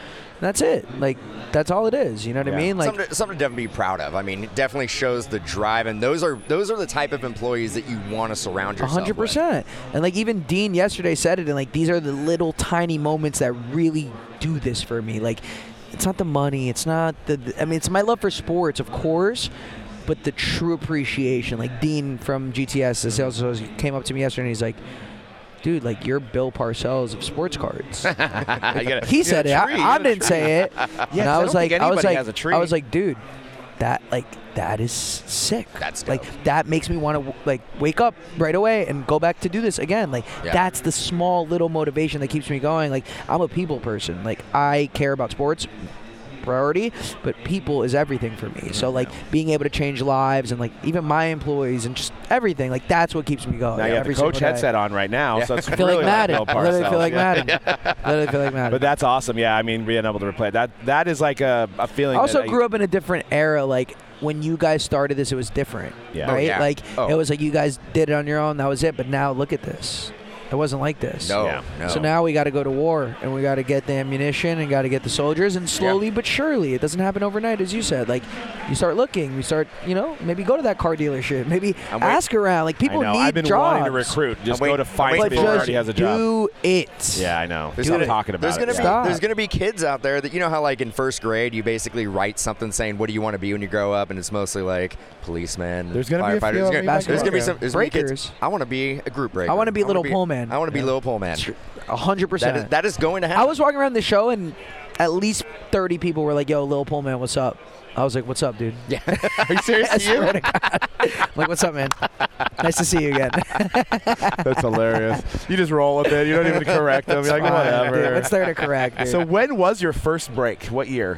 Speaker 5: that's it. Like that's all it is. You know what
Speaker 2: Yeah.
Speaker 5: I mean? Like
Speaker 4: something, to, something to definitely be proud of. I mean, it definitely shows the drive, and those are those are the type of employees that you want to surround yourself.
Speaker 5: hundred
Speaker 4: with.
Speaker 5: percent. And like even Dean yesterday said it, and like these are the little tiny moments that really do this for me. Like it's not the money, it's not the. I mean, it's my love for sports, of course, but the true appreciation. Like Dean from GTS, the sales associate, came up to me yesterday, and he's like. Dude, like you're Bill Parcells of sports cards. he said it.
Speaker 2: tree,
Speaker 5: I, I
Speaker 2: you're the
Speaker 5: didn't say it.
Speaker 2: Yeah, 'cause
Speaker 5: and I
Speaker 2: I
Speaker 5: was
Speaker 2: don't
Speaker 5: like,
Speaker 2: think
Speaker 5: I was
Speaker 2: anybody
Speaker 5: like,
Speaker 2: has a tree.
Speaker 5: I was like, dude, that like that is sick.
Speaker 4: That's dope.
Speaker 5: like that makes me want to like wake up right away and go back to do this again. Like
Speaker 4: Yeah.
Speaker 5: that's the small little motivation that keeps me going. Like I'm a people person. Like I care about sports priority, but people is everything for me.
Speaker 2: Mm-hmm.
Speaker 5: So like being able to change lives and like even my employees and just everything, like that's what keeps me going.
Speaker 2: Now you Oh, have
Speaker 5: every
Speaker 2: the coach
Speaker 5: single day.
Speaker 2: headset on right now, so it's
Speaker 5: I feel
Speaker 2: really
Speaker 5: like Madden.
Speaker 2: Bill
Speaker 5: I literally feel
Speaker 2: Parcells.
Speaker 5: like Madden. Literally feel like Madden.
Speaker 2: But that's awesome. Yeah, I mean, being able to replay that—that that is like a, a feeling.
Speaker 5: I also
Speaker 2: that
Speaker 5: grew up in a different era. Like when you guys started this, it was different,
Speaker 2: Yeah. Oh,
Speaker 5: right?
Speaker 4: yeah.
Speaker 5: Like
Speaker 4: Oh.
Speaker 5: it was like you guys did it on your own. That was it. But now look at this. It wasn't like this.
Speaker 4: No,
Speaker 2: Yeah.
Speaker 4: no.
Speaker 5: So now we got to go to war, and we got to get the ammunition, and got to get the soldiers, and slowly but surely, it doesn't happen overnight, as you said. Like, you start looking, you start, you know, maybe go to that car dealership, maybe
Speaker 2: I'm wait-
Speaker 5: ask around. Like
Speaker 2: I
Speaker 5: people
Speaker 2: know.
Speaker 5: need
Speaker 2: I've been
Speaker 5: jobs.
Speaker 2: wanting to recruit. Just
Speaker 4: I'm
Speaker 2: go
Speaker 4: wait-
Speaker 2: to find
Speaker 4: I'm
Speaker 5: but
Speaker 4: waiting
Speaker 2: people who
Speaker 4: for-
Speaker 2: already has a job.
Speaker 5: do it.
Speaker 2: Yeah, I know.
Speaker 4: There's
Speaker 2: That's what
Speaker 4: gonna-
Speaker 2: I'm talking about.
Speaker 4: There's gonna
Speaker 2: it.
Speaker 4: be
Speaker 5: Stop.
Speaker 4: there's gonna be kids out there that you know how like in first grade you basically write something saying what do you want to be when you grow up and it's mostly like policeman.
Speaker 2: There's gonna be a
Speaker 4: firefighters.
Speaker 2: few of
Speaker 4: there's,
Speaker 2: me
Speaker 4: gonna,
Speaker 5: like
Speaker 4: there's gonna be
Speaker 5: that.
Speaker 4: some there's gonna be kids,
Speaker 5: Breakers.
Speaker 4: I want to be a group breaker.
Speaker 5: wanna be
Speaker 4: I wanna
Speaker 5: Little Pole Man.
Speaker 4: I want to be little pole man.
Speaker 5: A hundred percent.
Speaker 4: That is, that is going to happen.
Speaker 5: I was walking around the show and at least 30 people were like, yo, Lil Pullman, what's up? I was like, what's up, dude?
Speaker 4: yeah.
Speaker 2: Are you serious?
Speaker 5: I swear to God. I'm like, what's up, man? Nice to see you again.
Speaker 2: That's hilarious. You just roll a bit. You don't even correct them. You're like,
Speaker 5: Fine, dude.
Speaker 2: whatever.
Speaker 5: What's there to correct, dude?
Speaker 2: So when was your first break? What year?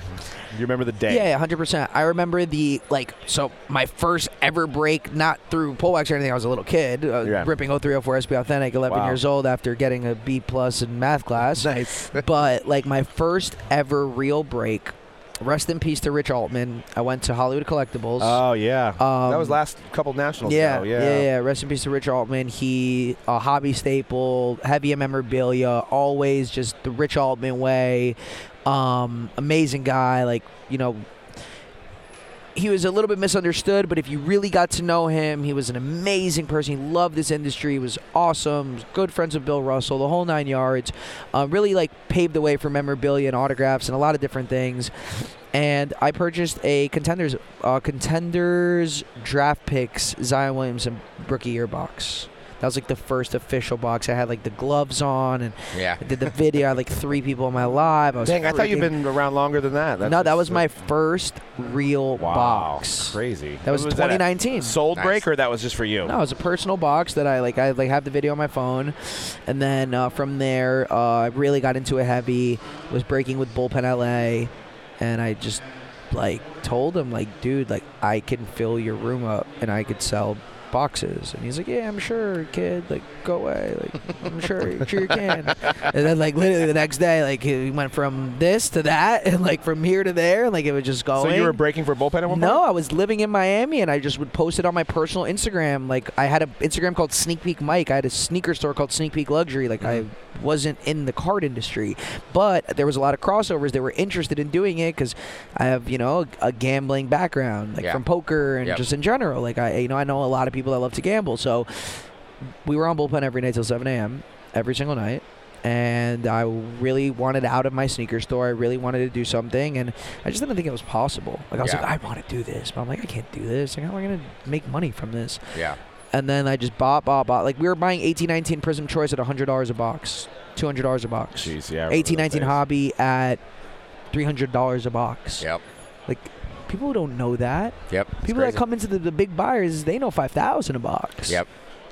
Speaker 2: Do you remember the day?
Speaker 5: yeah, yeah, 100%. I remember the, like, so my first ever break, not through pole wax or anything. I was a little kid, uh,
Speaker 2: Yeah.
Speaker 5: ripping 0304 SB Authentic, 11
Speaker 2: Wow.
Speaker 5: years old, after getting a B plus in math class. Nice. but, like, my first ever real break, rest in peace to Rich Altman. I went to Hollywood Collectibles.
Speaker 2: Oh yeah. that
Speaker 5: Um,
Speaker 2: was last couple nationals.
Speaker 5: Yeah,
Speaker 2: though.
Speaker 5: yeah, yeah, Rest in peace to Rich Altman. He a hobby staple, heavy in memorabilia, always just the Rich Altman way. Um, amazing guy. Like you know, he was a little bit misunderstood, but if you really got to know him, he was an amazing person. He loved this industry. He was awesome. Was good friends with Bill Russell, the whole nine yards. Uh, really like paved the way for memorabilia and autographs and a lot of different things. And I purchased a contenders uh, contenders draft picks Zion Williamson rookie year box. That was like the first official box. I had like the gloves on and
Speaker 4: yeah.
Speaker 5: I did the video. I had like three people in my live. I was
Speaker 2: Dang, I thought you'd
Speaker 5: freaking-
Speaker 2: been around longer than that. That's
Speaker 5: no, that
Speaker 2: just-
Speaker 5: was my first real
Speaker 2: wow,
Speaker 5: box.
Speaker 2: Crazy.
Speaker 5: That was,
Speaker 2: What a
Speaker 5: 2019.
Speaker 2: Sold
Speaker 4: Nice.
Speaker 2: break, or that was just for you?
Speaker 5: no, it was a personal box that I like. I like have the video on my phone, and then uh, from there, uh, I really got into a heavy. Was breaking with Bullpen LA, and I just like told him like, dude, like I can fill your room up, and I could sell boxes. And he's like, yeah, I'm sure, kid. Like, go away. Like, I'm sure, sure you can. And then like literally the next day, like he went from this to that, and like from here to there, and like it was just going.
Speaker 2: So you were breaking for bullpen at one
Speaker 5: No,
Speaker 2: point?
Speaker 5: I was living in Miami, and I just would post it on my personal Instagram. Like I had an Instagram called Sneak Peek Mike. I had a sneaker store called Sneak Peek Luxury. Like
Speaker 4: Mm-hmm.
Speaker 5: I wasn't in the card industry, but there was a lot of crossovers that were interested in doing it because I have you know a, a gambling background, like
Speaker 4: Yeah.
Speaker 5: from poker and
Speaker 4: Yep.
Speaker 5: just in general. Like I you know I know a lot of people that love to gamble, so we were on bullpen every night till 7 a.m. every single night. and I really wanted out of my sneaker store. I really wanted to do something, and I just didn't think it was possible. Like I was
Speaker 4: Yeah.
Speaker 5: like, I want to do this, but I'm like, I can't do this. Like, how am I gonna make money from this?
Speaker 4: Yeah.
Speaker 5: And then I just bought, bought, bought. Like we were buying 18, 19 Prism Choice at hundred dollars a box, two hundred dollars a box.
Speaker 2: Jeez, yeah. I remember
Speaker 5: 18,
Speaker 2: those
Speaker 5: 19
Speaker 2: days.
Speaker 5: Hobby at three hundred dollars a box.
Speaker 4: Yep.
Speaker 5: Like people don't know that.
Speaker 4: Yep. It's
Speaker 5: People that
Speaker 4: crazy.
Speaker 5: come into the, the big buyers, they know five thousand a box.
Speaker 4: Yep.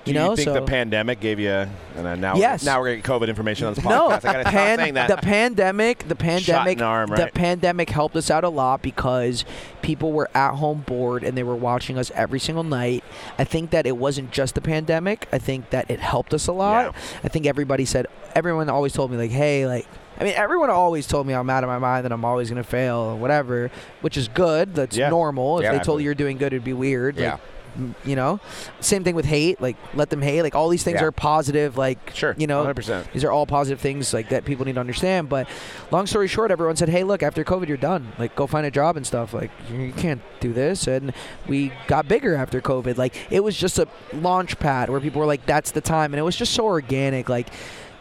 Speaker 2: Do
Speaker 5: You know,
Speaker 2: think the
Speaker 5: so-
Speaker 2: pandemic gave you, and then now,
Speaker 5: Yes.
Speaker 2: now we're getting COVID information on this podcast.
Speaker 5: No,
Speaker 2: I gotta
Speaker 5: pan-
Speaker 2: stop saying that.
Speaker 5: the pandemic, the
Speaker 2: Shot
Speaker 5: pandemic,
Speaker 2: in the arm,
Speaker 5: the
Speaker 2: right?
Speaker 5: pandemic helped us out a lot because people were at home bored and they were watching us every single night. I think that it wasn't just the pandemic. I think that it helped us a lot. I think everybody said everyone always told me like, hey, like. I mean, everyone always told me I'm out of my mind and I'm always gonna fail or whatever, which is good. That's
Speaker 2: Yeah.
Speaker 5: normal. If
Speaker 4: Yeah,
Speaker 5: they told
Speaker 4: absolutely.
Speaker 5: you you're doing good, it'd be weird. like,
Speaker 4: Yeah.
Speaker 5: m- you know, same thing with hate. Like, let them hate. Like, all these things
Speaker 4: Yeah.
Speaker 5: are positive. Like,
Speaker 2: sure.
Speaker 5: you know,
Speaker 2: 100%.
Speaker 5: these are all positive things like that people need to understand. But long story short, everyone said, "Hey, look, after COVID, you're done. Like, go find a job and stuff. Like, you can't do this." And we got bigger after COVID. Like, it was just a launch pad where people were like, "That's the time," and it was just so organic. Like,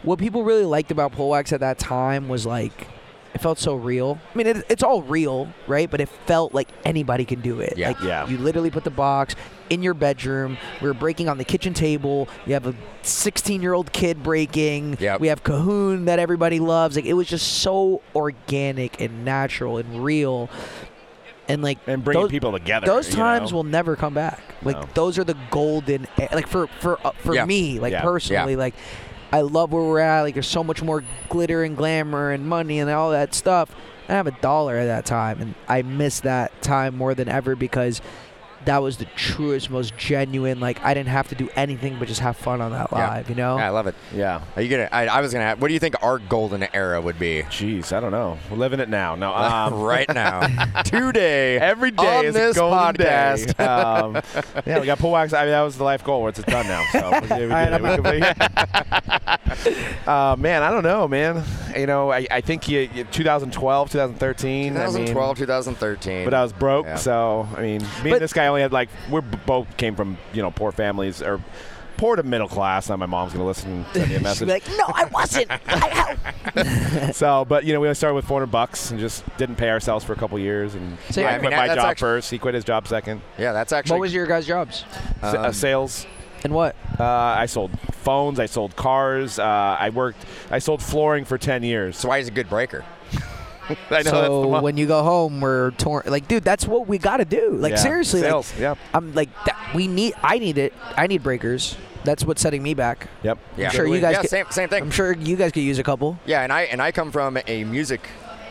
Speaker 5: what people really liked about Polewax at that time was like. It felt so real. I mean, it, it's all real, right? But it felt like anybody can do it.
Speaker 4: Yeah.
Speaker 5: Like,
Speaker 2: Yeah.
Speaker 5: you literally put the box in your bedroom. We were breaking on the kitchen table. You have a 16 year old kid breaking.
Speaker 4: Yep.
Speaker 5: We have Cahoon that everybody loves. Like it was just so organic and natural and real. And like
Speaker 2: and bringing
Speaker 5: those,
Speaker 2: people together.
Speaker 5: those
Speaker 2: you
Speaker 5: times
Speaker 2: know?
Speaker 5: will never come back. Like
Speaker 2: No.
Speaker 5: those are the golden like for for uh, for
Speaker 4: Yeah.
Speaker 5: me like
Speaker 2: Yeah.
Speaker 5: personally like I love where we're at. Like there's so much more glitter and glamour and money and all that stuff. I have a dollar at that time, and I miss that time more than ever because that was the truest, most genuine. Like I didn't have to do anything but just have fun on that
Speaker 4: Yeah.
Speaker 5: live. You know.
Speaker 4: Yeah, I love it.
Speaker 2: Yeah.
Speaker 4: Are you gonna? I, I was gonna. Have, what do you think our golden era would be?
Speaker 2: Jeez, I don't know. We're living it now. No, um,
Speaker 4: right now, today,
Speaker 2: every day
Speaker 4: on
Speaker 2: is
Speaker 4: this
Speaker 2: a golden
Speaker 4: podcast.
Speaker 2: Day. Um, yeah, we got pull wax. I mean, that was the life goal. Once it's done now, so we did- we did it. We completed- uh, man, I don't know, man. You know, I, I think you, you- 2012, 2013. I mean,
Speaker 4: 2012, 2013.
Speaker 2: but uh, I was broke,
Speaker 4: Yeah.
Speaker 2: so I mean, me
Speaker 5: But-
Speaker 2: and this guy only had like we're b- both came from you know poor families or poor to middle class. Now my mom's gonna listen and send me a
Speaker 5: She'd
Speaker 2: message.
Speaker 5: be like, no, I wasn't. I helped.
Speaker 2: So, but you know, we only started with 400 bucks and just didn't pay ourselves for a couple years. And
Speaker 5: So,
Speaker 2: I
Speaker 5: yeah,
Speaker 4: I mean,
Speaker 2: quit
Speaker 4: that-
Speaker 2: my
Speaker 4: that's
Speaker 2: job
Speaker 4: actu-
Speaker 2: first. He quit his job second.
Speaker 4: yeah, that's actually.
Speaker 5: what was your guys' jobs
Speaker 2: S- uh,
Speaker 4: Um,
Speaker 2: sales.
Speaker 5: and what?
Speaker 2: Uh, I sold phones. I sold cars. Uh, I worked. I sold flooring for 10 years.
Speaker 4: That's why he's a good breaker.
Speaker 2: I know that's the
Speaker 5: so
Speaker 2: one.
Speaker 5: when you go home, we're torn. Like, dude, that's what we got to do. Like,
Speaker 2: Yeah.
Speaker 5: seriously, like,
Speaker 2: Sales. yeah.
Speaker 5: I'm like that, we need. I need it. I need breakers. That's what's setting me back.
Speaker 2: Yep.
Speaker 4: Yeah.
Speaker 5: sure you guys
Speaker 4: Yeah,
Speaker 5: could-
Speaker 4: same, same thing.
Speaker 5: I'm sure you guys could use a couple.
Speaker 4: Yeah, and I and I come from a music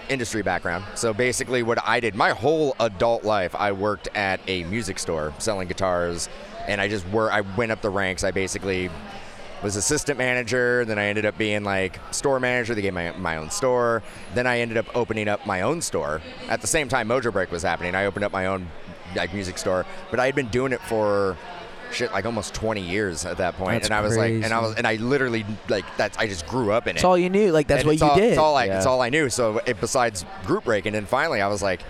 Speaker 4: industry background. So basically what I did my whole adult life I worked at a music store selling guitars and I just were I went up the ranks. I basically was assistant manager, then I ended up being like store manager. They gave my my own store. Then I ended up opening up my own store. At the same time Mojo Break was happening, I opened up my own like music store, but I had been doing it for shit like almost 20 years at that point.
Speaker 5: That's
Speaker 4: and I was like and I
Speaker 5: crazy.
Speaker 4: was and I literally like that's I just grew up in it
Speaker 5: It's all you knew. Like that's
Speaker 4: and
Speaker 5: what
Speaker 4: it's
Speaker 5: you
Speaker 4: all,
Speaker 5: did.
Speaker 4: It's all I, it's
Speaker 2: Yeah.
Speaker 4: all I knew. So it, besides group break, and then finally I was like,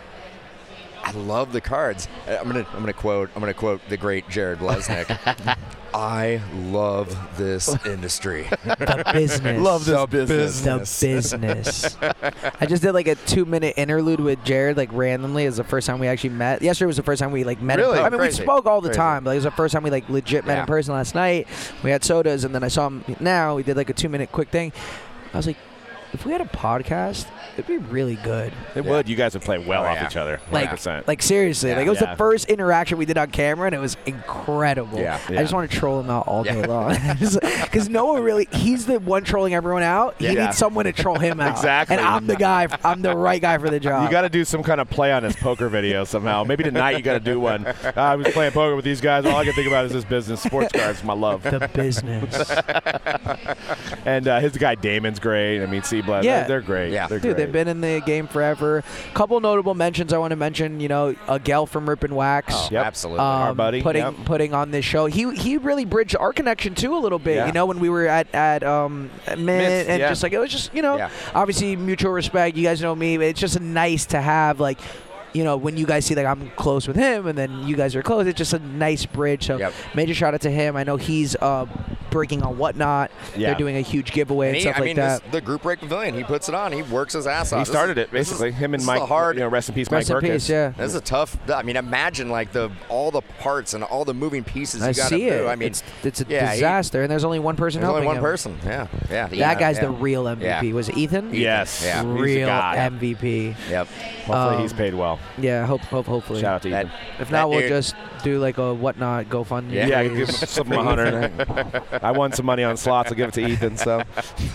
Speaker 4: I love the cards. Uh, I'm gonna I'm gonna quote I'm gonna quote the great Jared Lesnick. I love this industry.
Speaker 5: the business.
Speaker 2: Love this
Speaker 4: The business.
Speaker 5: The business. I just did like a two minute interlude with Jared, like randomly. Is the first time we actually met. Yesterday was the first time we like met. in
Speaker 4: Really?
Speaker 5: per- I mean,
Speaker 4: Crazy.
Speaker 5: we spoke all the
Speaker 4: Crazy.
Speaker 5: time, but it was the first time we like legit met
Speaker 4: Yeah.
Speaker 5: in person last night. We had sodas, and then I saw him now. We did like a two minute quick thing. I was like, if we had a podcast, it'd be really good.
Speaker 2: It would. You guys would play well
Speaker 4: Oh,
Speaker 2: off
Speaker 4: yeah.
Speaker 2: each other.
Speaker 5: Like,
Speaker 2: 100%.
Speaker 5: like seriously,
Speaker 4: Yeah.
Speaker 5: like it was
Speaker 2: Yeah.
Speaker 5: the first interaction we did on camera, and it was incredible.
Speaker 4: Yeah.
Speaker 5: I
Speaker 2: Yeah.
Speaker 5: just want to troll him out all
Speaker 4: Yeah.
Speaker 5: day long, because no one really—he's the one trolling everyone out. He
Speaker 2: Yeah.
Speaker 5: needs someone to troll him out.
Speaker 2: Exactly.
Speaker 5: And I'm the guy. I'm the right guy for the job.
Speaker 2: You got to do some kind of play on his poker video somehow. Maybe tonight you got to do one. Uh, I was playing poker with these guys. All I can think about is this business, sports cards, my love.
Speaker 5: the business,
Speaker 2: And uh, his guy Damon's great. I mean, C. Bled.
Speaker 5: Yeah.
Speaker 2: They're, they're great.
Speaker 4: Yeah.
Speaker 2: They're
Speaker 5: dude.
Speaker 2: great.
Speaker 5: They've been in the game forever. Couple notable mentions I want to mention. You know, a gal from Rip and Wax.
Speaker 4: Oh,
Speaker 2: Yep.
Speaker 4: Absolutely.
Speaker 2: our
Speaker 5: um,
Speaker 2: buddy,
Speaker 5: putting
Speaker 2: yep.
Speaker 5: putting on this show. He he really bridged our connection too a little bit.
Speaker 2: Yeah.
Speaker 5: You know, when we were at at um at Mint
Speaker 2: Mint,
Speaker 5: and
Speaker 2: yeah.
Speaker 5: just like it was just you know
Speaker 4: Yeah.
Speaker 5: obviously mutual respect. You guys know me, but it's just nice to have like. You know, when you guys see like I'm close with him, and then you guys are close, it's just a nice bridge. So,
Speaker 4: Yep.
Speaker 5: major shout out to him. I know he's uh, breaking on whatnot.
Speaker 2: Yeah.
Speaker 5: They're doing a huge giveaway and,
Speaker 4: he,
Speaker 5: stuff
Speaker 4: I
Speaker 5: like
Speaker 4: mean,
Speaker 5: that.
Speaker 4: This, the group break pavilion. He puts it on. He works his ass off.
Speaker 2: He
Speaker 4: This
Speaker 2: started
Speaker 4: is-
Speaker 2: it
Speaker 4: this is-
Speaker 2: basically. Him
Speaker 4: this
Speaker 2: and
Speaker 4: is
Speaker 2: Mike.
Speaker 4: the hard.
Speaker 2: You know, rest in peace,
Speaker 5: Rest
Speaker 2: Mike
Speaker 5: in
Speaker 2: Burkus.
Speaker 5: peace. Yeah.
Speaker 4: This is a tough. I mean, imagine like the all the parts and all the moving pieces
Speaker 5: I
Speaker 4: you got to
Speaker 5: see
Speaker 4: do.
Speaker 5: it.
Speaker 4: I mean,
Speaker 5: it's, it's a
Speaker 4: yeah, he-
Speaker 5: disaster, and there's only one person
Speaker 4: there's only
Speaker 5: helping
Speaker 4: one
Speaker 5: him.
Speaker 4: person. Yeah, yeah.
Speaker 5: That
Speaker 4: yeah,
Speaker 5: guy's
Speaker 4: yeah.
Speaker 5: the real MVP. Was it Ethan?
Speaker 2: Yes.
Speaker 4: Yeah.
Speaker 2: He's the
Speaker 5: Real
Speaker 2: god.
Speaker 5: MVP.
Speaker 4: Yep.
Speaker 2: Hopefully he's
Speaker 5: Um,
Speaker 2: paid well.
Speaker 5: Yeah, hope, hope, hopefully.
Speaker 2: Shout out to
Speaker 4: That-
Speaker 2: Ethan.
Speaker 5: If
Speaker 4: that
Speaker 5: not, we'll
Speaker 4: dude-
Speaker 5: just do like a whatnot GoFundMe.
Speaker 4: Yeah.
Speaker 2: Yeah,
Speaker 5: page.
Speaker 2: give some a hundred. I won some money on slots. I'll give it to Ethan. So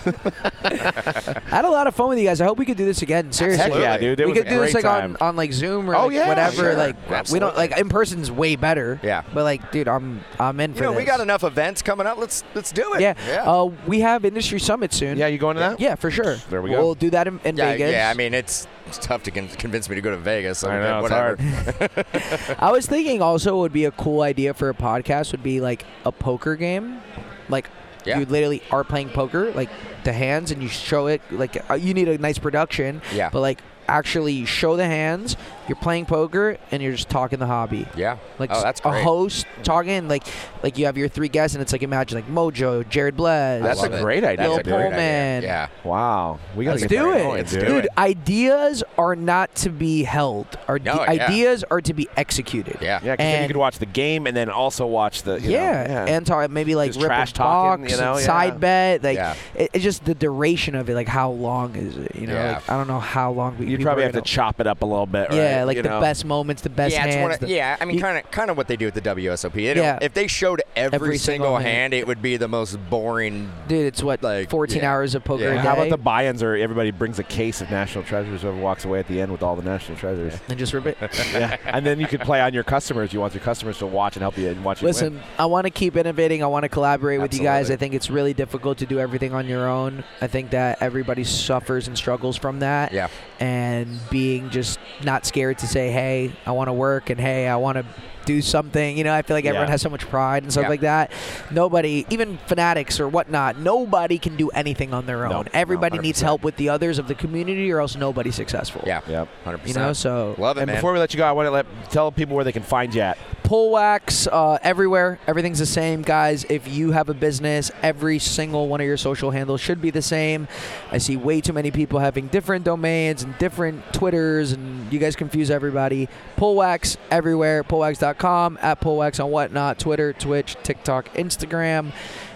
Speaker 5: I had a lot of fun with you guys. I hope we could do this again. Seriously.
Speaker 2: heck yeah, dude. It
Speaker 5: we
Speaker 2: was
Speaker 5: could
Speaker 2: a
Speaker 5: do this
Speaker 2: great
Speaker 5: like
Speaker 2: time.
Speaker 5: on, on like Zoom or
Speaker 2: Oh,
Speaker 5: like
Speaker 2: yeah,
Speaker 5: whatever.
Speaker 2: sure.
Speaker 5: Like we don't
Speaker 4: Absolutely.
Speaker 5: like in person's way better.
Speaker 4: Yeah.
Speaker 5: But like, dude, I'm I'm in
Speaker 4: You
Speaker 5: for
Speaker 4: know,
Speaker 5: this.
Speaker 4: we got enough events coming up. Let's let's do it.
Speaker 5: Yeah.
Speaker 4: Yeah.
Speaker 5: Uh, we have industry summit soon.
Speaker 2: yeah, you going to that?
Speaker 5: Yeah, for sure.
Speaker 2: There we go.
Speaker 5: we'll do that in, in
Speaker 4: yeah,
Speaker 5: Vegas.
Speaker 4: yeah, I mean, it's, it's tough to con- convince me to go to Vegas. So
Speaker 2: I know, it's
Speaker 4: whatever.
Speaker 2: hard.
Speaker 5: I was thinking also would be a cool idea for a podcast would be like a poker game, like
Speaker 4: Yeah.
Speaker 5: you literally are playing poker, like the hands, and you show it. Like uh, you need a nice production,
Speaker 4: Yeah.
Speaker 5: but like actually you show the hands. You're playing poker and you're just talking the hobby.
Speaker 4: Yeah.
Speaker 5: Like
Speaker 4: oh,
Speaker 5: s-
Speaker 4: that's
Speaker 5: a
Speaker 4: great.
Speaker 5: host talking, like like you have your three guests, and it's like imagine like Mojo, Jared Bled,
Speaker 2: That's
Speaker 4: I
Speaker 2: a
Speaker 4: love it.
Speaker 2: great idea,
Speaker 4: That's a
Speaker 5: dude.
Speaker 4: great
Speaker 5: Pullman.
Speaker 4: idea. Yeah.
Speaker 2: Wow. We got to
Speaker 5: Let's
Speaker 2: get
Speaker 5: do
Speaker 2: that
Speaker 5: it.
Speaker 2: going,
Speaker 4: Let's
Speaker 2: dude.
Speaker 4: do
Speaker 5: Dude,
Speaker 4: it.
Speaker 5: ideas are not to be held. Are
Speaker 4: No, yeah.
Speaker 5: ideas are to be executed.
Speaker 4: Yeah.
Speaker 2: Yeah, 'cause then you
Speaker 5: And-
Speaker 2: could watch the game and then also watch the. uh, you know,
Speaker 5: yeah. and talk maybe like
Speaker 2: Just
Speaker 5: rip
Speaker 2: trash
Speaker 5: and
Speaker 2: talking,
Speaker 5: box
Speaker 2: you know,
Speaker 5: and
Speaker 2: yeah.
Speaker 5: side bet. Like
Speaker 4: Yeah.
Speaker 5: it, it's just the duration of it. Like how long is it? You know,
Speaker 4: Yeah.
Speaker 5: like, I don't know how long. We,
Speaker 2: you
Speaker 5: people
Speaker 2: probably
Speaker 5: are
Speaker 2: have to
Speaker 5: gonna-
Speaker 2: chop it up a little bit.
Speaker 5: yeah,
Speaker 2: right?
Speaker 5: like
Speaker 2: You
Speaker 5: the
Speaker 2: know?
Speaker 5: best moments, the best
Speaker 4: yeah,
Speaker 5: hands.
Speaker 4: it's one
Speaker 5: the-
Speaker 4: of, yeah, I mean,
Speaker 5: you-
Speaker 4: kind of, kind of what they do with the WSOP. They don't-
Speaker 5: Yeah.
Speaker 4: If they showed every,
Speaker 5: Every single
Speaker 4: single,
Speaker 5: hand.
Speaker 4: hand, it would be the most boring.
Speaker 5: dude, it's what
Speaker 4: like,
Speaker 5: 14
Speaker 4: yeah.
Speaker 5: hours of poker
Speaker 4: Yeah.
Speaker 5: a day,
Speaker 2: How about the buy-ins? Or everybody brings a case of national treasures. Whoever walks away at the end with all the national treasures.
Speaker 5: and just rip it.
Speaker 2: yeah. And then you could play on your customers. You want your customers to watch and help you and watch you win.
Speaker 5: Listen, I want to keep innovating. I want to collaborate with you guys. I
Speaker 2: Absolutely.
Speaker 5: think it's really difficult to do everything on your own. I think that everybody suffers and struggles from that.
Speaker 4: Yeah.
Speaker 5: And being just not scared to say, hey, I want to work and hey, I want to do something. You know, I feel like everyone
Speaker 2: Yeah.
Speaker 5: has so much pride and stuff
Speaker 4: Yeah.
Speaker 5: like that. Nobody, even fanatics or whatnot, nobody can do anything on their
Speaker 2: No,
Speaker 5: own.
Speaker 2: no,
Speaker 5: Everybody needs
Speaker 2: 100%.
Speaker 5: help with the others of the community or else nobody's successful.
Speaker 4: Yeah.
Speaker 2: Yep.
Speaker 4: 100%.
Speaker 5: You know, so
Speaker 4: Love it,
Speaker 2: And
Speaker 4: man.
Speaker 2: before we let you go, I want to let tell people where they can find you at.
Speaker 5: pull wax uh, everywhere. Everything's the same, guys. If you have a business, every single one of your social handles should be the same. I see way too many people having different domains and different Twitters, and you guys confuse everybody. Pull wax everywhere. Pullwax.com, at pullwax on whatnot, Twitter, Twitch, TikTok, Instagram.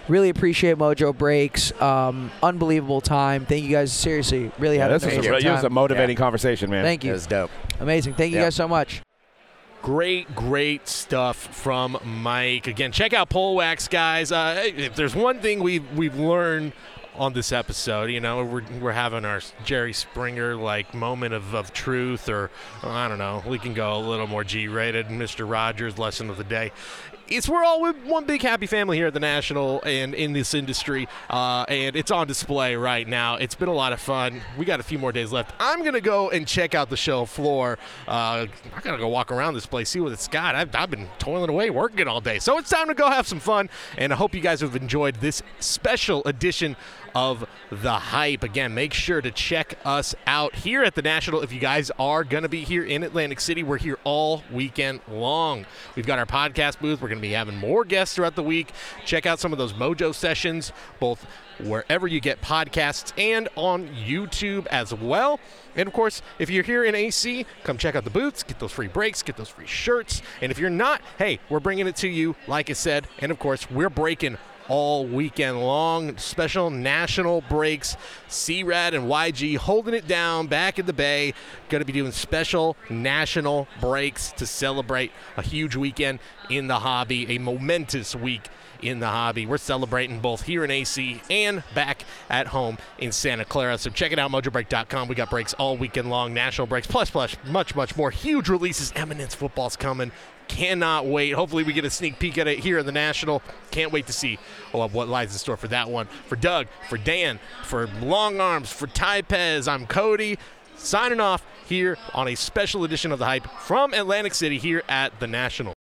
Speaker 5: Really appreciate Mojo Breaks. Um, unbelievable time. Thank you guys. Seriously, really had an
Speaker 2: this was a,
Speaker 5: amazing
Speaker 2: it was a
Speaker 5: time.
Speaker 2: motivating conversation, man.
Speaker 5: Thank
Speaker 4: It
Speaker 5: you.
Speaker 4: was dope.
Speaker 5: Amazing. Thank you
Speaker 4: Yeah.
Speaker 5: guys so much.
Speaker 1: Great, great stuff from Mike. Again, check out Pole Wax, guys. Uh, if there's one thing we've we've learned on this episode, you know, we're, we're having our Jerry Springer like moment of, of truth, or I don't know, we can go a little more G-rated. Mr. Rogers lesson of the day. It's we're all one big happy family here at the National and in this industry, uh, and it's on display right now. It's been a lot of fun. We got a few more days left. I'm gonna go and check out the show floor. Uh, I gotta go walk around this place, see what it's got. I've, I've been toiling away, working all day, so it's time to go have some fun. And I hope you guys have enjoyed this special edition of the hype. Again, make sure to check us out here at the National if you guys are going to be here in Atlantic City. We're here all weekend long. We've got our podcast booth. We're going to be having more guests throughout the week. Check out some of those mojo sessions, both wherever you get podcasts and on YouTube as well. And of course, if you're here in AC, come check out the booths, get those free breaks, get those free shirts. And if you're not, hey, we're bringing it to you, like I said. And of course, we're breaking all weekend long. Special national breaks. C-Rad and YG holding it down back in the bay. Going to be doing special national breaks to celebrate a huge weekend in the hobby, a momentous week in the hobby. We're celebrating both here in AC and back at home in Santa Clara. So check it out, mojobreak.com. We got breaks all weekend long, national breaks, plus, plus, much, much more. Huge releases. Eminence football's coming. Cannot wait. Hopefully, we get a sneak peek at it here in the National. Can't wait to see oh, what lies in store for that one. For Doug, for Dan, for Long Arms, for Typez, I'm Cody. Signing off here on a special edition of The Hype from Atlantic City here at the National.